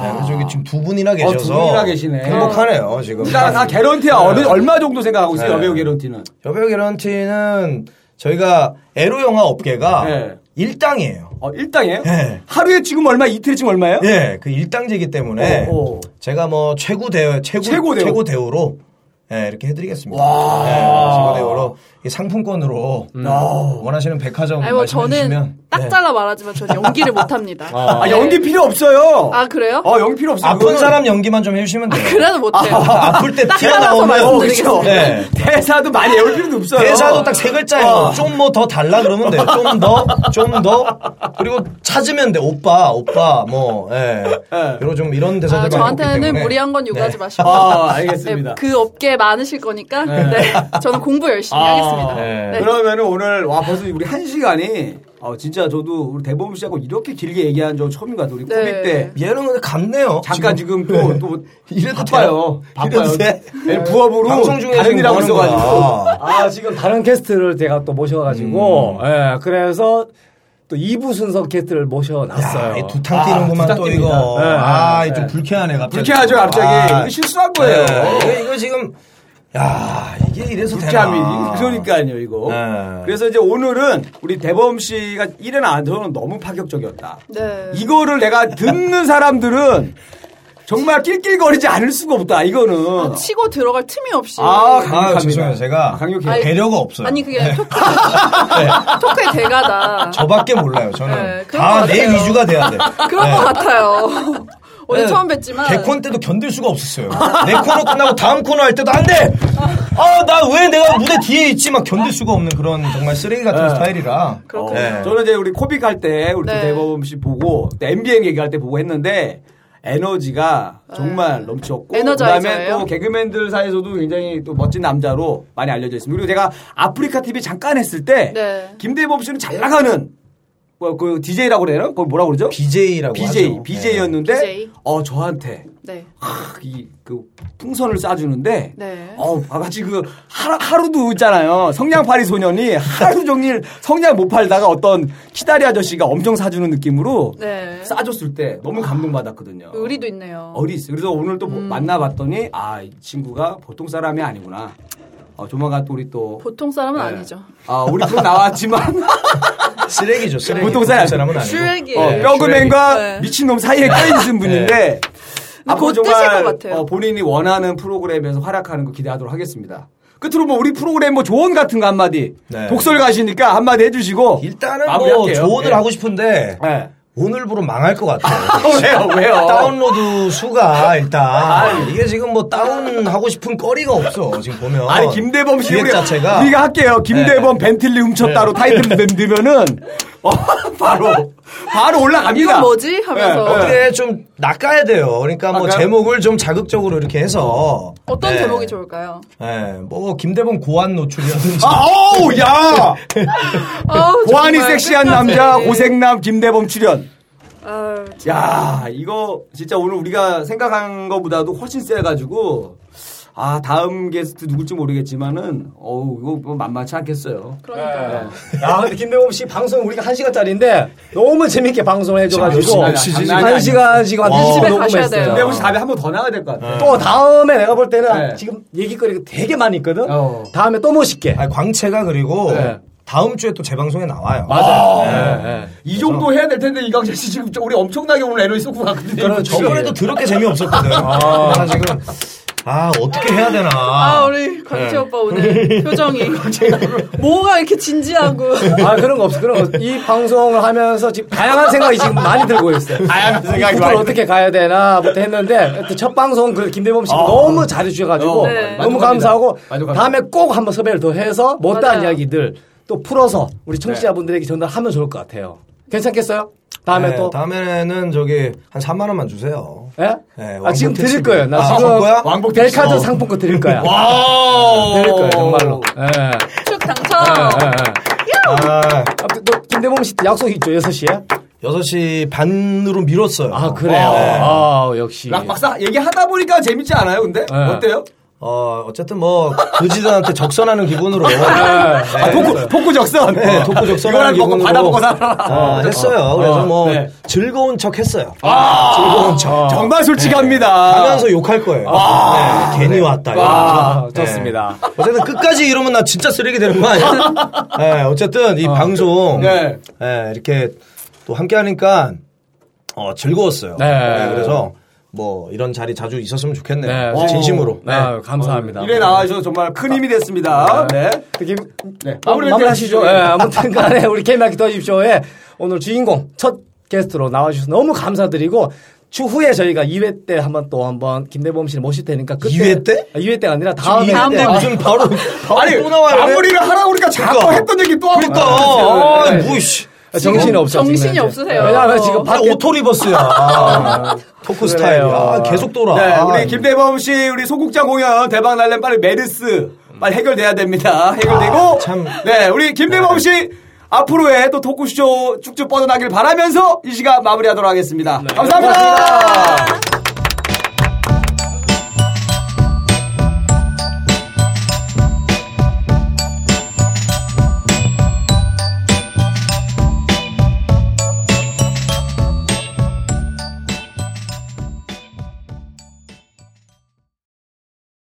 C: 네, 그래서 여기 지금 두 분이나 계셔서
A: 네. 어, 두 분이나 계시네.
C: 행복하네요 지금. 네.
A: 다, 아. 다 개런티야. 어느, 얼마 정도 생각하고 있어요? 여배우 개런티는.
C: 여배우 개런티는 저희가 에로 영화 업계가
A: 네.
C: 일당이에요.
A: 어, 일당이에요?
C: 네.
A: 하루에 지금 얼마, 이틀에 지금 얼마예요?
C: 예, 그 일당제이기 때문에
A: 오, 오.
C: 제가 뭐 최고 대우 최고
A: 어, 최고
C: 최고,
A: 대우.
C: 대우. 로 예, 이렇게 해드리겠습니다. 와~ 최고 대우로 이 상품권으로
A: 음. 아.
C: 원하시는 백화점
D: 아니 뭐
C: 말씀해
D: 저는
C: 주시면 네. 예.
D: 딱 잘라 말하지만 저는 연기를 못합니다.
A: 아,
D: 네. *laughs*
A: 연기 필요 없어요.
D: 아 그래요?
A: 어, 연기 필요 없어요.
C: 아픈
A: 그거는
C: 사람 연기만 좀 해주시면 돼요.
D: 그래도 못해요.
C: 아, 아플 때
D: 딱
C: 튀어나오면
D: 잘라서 말씀드리겠습니다.
A: 어,
C: 네.
A: 대사도 많이 외울 필요도 없어요. 어.
C: 대사도 딱 세 글자예요. 좀 뭐 더 달라 그러면 돼요. 좀 더, 좀 더. 그리고 찾으면 돼. 오빠, 오빠, 뭐, 예.
A: 예.
C: 이런 좀 이런
D: 아,
C: 대사들
D: 저한테는 무리한 건 요구하지 마시고.
A: 아, 알겠습니다.
D: 네, 그 업계 많으실 거니까. 네. 저는 공부 열심히
A: 아,
D: 하겠습니다.
C: 네.
D: 네.
A: 그러면은 오늘 와 벌써 우리 한 시간이 어, 진짜 저도 우리 대범 씨하고 이렇게 길게 얘기한 적 처음인 것 같아요. 우리
D: 네.
A: 코빅 때
C: 얘는 근데 갔네요.
A: 잠깐 지금 또 또
C: 이래도
A: 바빠요.
C: 돼요?
A: 바빠요.
C: 이래도 돼?
A: 네, 부업으로
C: 방송 중에
A: 다른
C: 지금
A: 일하고
C: 뭐 하는
A: 있어가지고.
C: 거야.
B: 아, 지금 다른 캐스트를 제가 또 모셔가지고, 예, 그래서 또 2부 순서 캐스트를 모셔놨어요.
C: 아, 이 두탕 뛰는구만
A: 두탕
C: 또
A: 뛵니다.
C: 이거.
B: 네,
C: 아, 좀 불쾌하네, 갑자기.
A: 예, 불쾌하죠 갑자기
C: 아,
A: 이거 실수한 거예요.
C: 네. 이거, 이거 지금, 야, 이게 이래서 되나.
A: 불쾌함이 이거 그러니까요 이거.
C: 아. 네.
A: 그래서 이제 오늘은 우리 대범 씨가 일에 나한테는 너무 파격적이었다.
D: 네.
A: 이거를 내가 듣는 사람들은 정말 낄낄거리지 않을 수가 없다. 이거는
D: 치고 들어갈 틈이 없이.
A: 아, 가-
C: 아,
A: 강력합니다.
C: 죄송해요. 제가
A: 아, 강력해요.
D: 아니,
C: 배려가 없어요. 네,
D: 아니 그게 토크 토크의 대가다.
C: 저밖에 몰라요. 저는
D: 네, 그런
C: 다
D: 것
C: 내
D: 같아요.
C: 위주가 돼야 돼.
D: 그런
A: 네.
D: 것 같아요.
A: *laughs*
D: 오늘 처음 뵀지만
C: 네. 개콘 때도 견딜 수가 없었어요. 내 코너 끝나고 다음 코너 할 때도 안 돼. 아 나 왜 내가 무대 뒤에 있지 막 견딜 수가 없는 그런 정말 쓰레기 같은 스타일이라.
A: 어,
D: 그렇군요. 네.
A: 네. 저는 이제 우리 코빅 할 때 우리
D: 네.
A: 또 대범 씨 보고 MBN 얘기할 때 보고 했는데 에너지가 정말 넘쳤고
D: 네. 에너자이저예요?
A: 그다음에 또 개그맨들 사이에서도 굉장히 또 멋진 남자로 많이 알려져 있습니다. 그리고 제가 아프리카 TV 잠깐 했을 때
D: 네.
A: 김대범 씨는 잘 나가는 뭐, 그 DJ라고 그래요? 그걸 뭐라고 그러죠?
C: BJ라고
A: BJ,
C: 하죠. 네.
A: BJ였는데
D: BJ.
A: 어 저한테
D: 네.
A: 크, 이, 그 풍선을 쏴주는데
D: 네.
A: 어 바가지 그 하루, 하루도 있잖아요 성냥팔이 소년이 하루 종일 성냥 못 팔다가 어떤 키다리 아저씨가 엄청 사주는 느낌으로
D: 네. 아,
A: 싸줬을 때 너무 감동받았거든요
D: 의리도 있네요. 음.
A: 어리 있어 그래서 오늘 또 만나봤더니 아 이 친구가 보통 사람이 아니구나 어, 조만간 또 우리 또
D: 보통 사람은
A: 네.
D: 아니죠.
A: 아 우리 프로 나왔지만
D: *laughs*
C: 네. 쓰레기죠. 쓰레기.
A: 보통 사람-
C: 사람은 아니고.
D: 슈렉이
A: 어, 뼈그맨과
D: 네.
A: 미친놈 사이에 껴있는 분인데 앞으로
D: 곧 뜨실 예. 것
A: 정말
D: 같아요.
A: 어, 본인이 원하는 프로그램에서 활약하는 거 기대하도록 하겠습니다. 끝으로 뭐 우리 프로그램 뭐 조언 같은 거 한마디
C: 네.
A: 독설 가시니까 한마디 해주시고
C: 일단은 뭐
A: 마무리할게요.
C: 조언을
A: 예.
C: 하고 싶은데
A: 네.
C: 오늘부로 망할 것 같아요.
A: *laughs* 왜요 왜요
C: 다운로드 수가 일단 이게 지금 뭐 다운하고 싶은 거리가 없어 지금 보면
A: 아니 김대범 씨
C: 기획
A: 우리
C: 자체가 네.
A: 우리가 할게요 김대범 벤틀리 훔쳤다로
C: *laughs*
A: 타이틀 만들면은 어, *laughs* 바로 바로 올라갑니다.
D: 이건 뭐지? 하면서.
A: 예, 예.
C: 어떻게 좀 낚아야 돼요. 그러니까 뭐
A: 낚아요?
C: 제목을 좀 자극적으로 이렇게 해서
D: 어떤
A: 네.
C: 예.
D: 제목이 좋을까요?
C: 예, 뭐 김대범 고안 노출이라든지
A: 아, 어우
D: *laughs*
A: 야
D: 아우,
A: 보안이
D: 정말
A: 섹시한
D: 끝까지.
A: 남자 고생남 김대범 출연.
D: 아유, 참.
A: 야, 이거 진짜 오늘 우리가 생각한 것보다도 훨씬 세가지고, 아, 다음 게스트 누굴지 모르겠지만은, 어우, 이거 뭐 만만치 않겠어요.
D: 그러니까요.
B: 아, 근데 김병호 씨 방송 우리가 1시간짜리인데 너무 재밌게 방송을
A: 지금
B: 해줘가지고
A: 몇 시간이야? 장난이 아니야.
B: 1시간 지금 한
C: 와.
B: 20분
D: 집에 가셔야 돼요.
A: 근데
B: 녹음했어요.
A: 혹시 답에 한 번 더 나가야 될 것 같아요.
B: 또 다음에 내가 볼 때는
A: 네.
B: 지금 얘기거리가 되게 많이 있거든.
A: 어.
B: 다음에 또 모실게.
C: 아니, 광채가 그리고
B: 네.
C: 다음 주에 또 재방송에 나와요.
A: 맞아요. 어, 이 정도 해야 될 텐데, 이광재 씨 지금 저- 우리 엄청나게 오늘 에너지 쏟고 갔거든요.
C: 그럼 저번에도 더럽게 재미없었거든. 아, 나 지금 아 어떻게 해야 되나.
D: 아, 우리 광채
A: 네.
D: 오빠
A: *laughs*
D: 오늘 표정이 뭐가 이렇게 진지하고
A: 네.
D: *laughs*
B: 아 그런 거 없어. 그런 거 없어. 이 방송을 하면서 지금 다양한 생각이 지금 많이 들고 있어요.
C: 아,
A: 다양한 생각이
B: 앞으로
A: 많이
B: 어떻게 가야 되나부터 했는데 하여튼 첫 방송 그 김대범 씨 너무 잘해주셔가지고
A: 어,
D: 네.
B: 너무
A: 만족합니다.
B: 감사하고
A: 만족합니다.
B: 다음에 꼭 한번 섭외를 더 해서 못다한
D: 맞아요.
B: 이야기들 또 풀어서 우리
A: 네.
B: 청취자분들에게 전달하면 좋을 것 같아요. 괜찮겠어요? 다음에
C: 네,
B: 또
C: 다음에는 저기 한 3만 원만 주세요.
B: 예?
C: 네,
B: 아,
C: 왕복
B: 지금 드릴
C: 택시비.
B: 거예요. 나
C: 아,
B: 지금
C: 줄 거야?
A: 왕복 택시.
B: 백화점
A: 어.
B: 상품권 드릴 거야.
A: 와우!
B: 드릴 거예요, 정말로. 예.
D: 축
A: 네.
D: 당첨.
C: 아,
B: 아무튼 또 김대범 씨 약속 있죠, 6시에?
C: 6시 반으로 미뤘어요.
B: 그- 아, 그래요? 아, 역시.
A: 락 박사 얘기하다 보니까 재밌지 않아요, 근데?
B: 네.
A: 어때요?
C: 어, 어쨌든 뭐, 도지단한테 적선하는 기분으로.
A: 아, 복구, 복구 적선.
C: 네, 독고 적선하는
A: 어, 이거랑 먹고
C: 기분으로.
A: 뭐 받아먹고 살아라.
C: 어, 했어요. 그래서
A: 어,
C: 뭐,
A: 네.
C: 즐거운 척 했어요.
A: 아, 정말 솔직합니다.
C: 하면서 욕할 거예요.
A: 아.
C: 네, 괜히 왔다. 이러면서. 네.
B: 아, 좋습니다.
C: 어쨌든 끝까지 이러면 나 진짜 쓰레기 되는
A: *laughs*
C: 거 아니야? 네, 어쨌든 이 방송
A: 아. 네.
C: 네, 이렇게 또 함께 하니까 어, 즐거웠어요.
B: 네.
C: 그래서 뭐 이런 자리 자주 있었으면 좋겠네요.
B: 네.
C: 어, 진심으로.
B: 네, 아유, 감사합니다. 아,
A: 이래 나와주셔서 정말 큰 힘이 됐습니다. 네.
B: 특히
A: 네.
B: 마무리 하시죠. 예, 아무튼 간에 우리 KMAK 더입쇼에 오늘 주인공 첫 게스트로 나와주셔서 너무 감사드리고 추후에 저희가 2회 때 한번 또 한번 김대범 씨를 모실 테니까 그때
C: 2회 때?
B: 2회 때가 아니라 다음에
D: 다음
C: 근데
D: 네.
C: 무슨 바로
A: 아니,
C: 바로 어, 또 나와요.
A: 마무리를 하라고 그러니까 자꾸
C: 그러니까.
A: 했던 얘기 또 하고.
C: 그러니까
A: 있어요.
C: 아,
B: 네.
C: 뭐 씨.
B: 정신이 없어. 지금
D: 정신이
B: 현재.
D: 없으세요.
B: 왜냐하면 지금
D: 어.
C: 아,
B: 밖에
C: 오토리버스야.
A: *laughs*
C: 토크 스타일. 아, 계속 돌아.
A: 네,
C: 아,
A: 우리 김대범 씨, 우리 소극장 공연 대박 날려면 빨리 메르스 빨리 해결돼야 됩니다. 해결되고
C: 아, 참.
A: 네, 우리 김대범 씨 앞으로의 또
C: 네.
A: 토크쇼 쭉쭉 뻗어나길 바라면서 이 시간 마무리하도록 하겠습니다 감사합니다.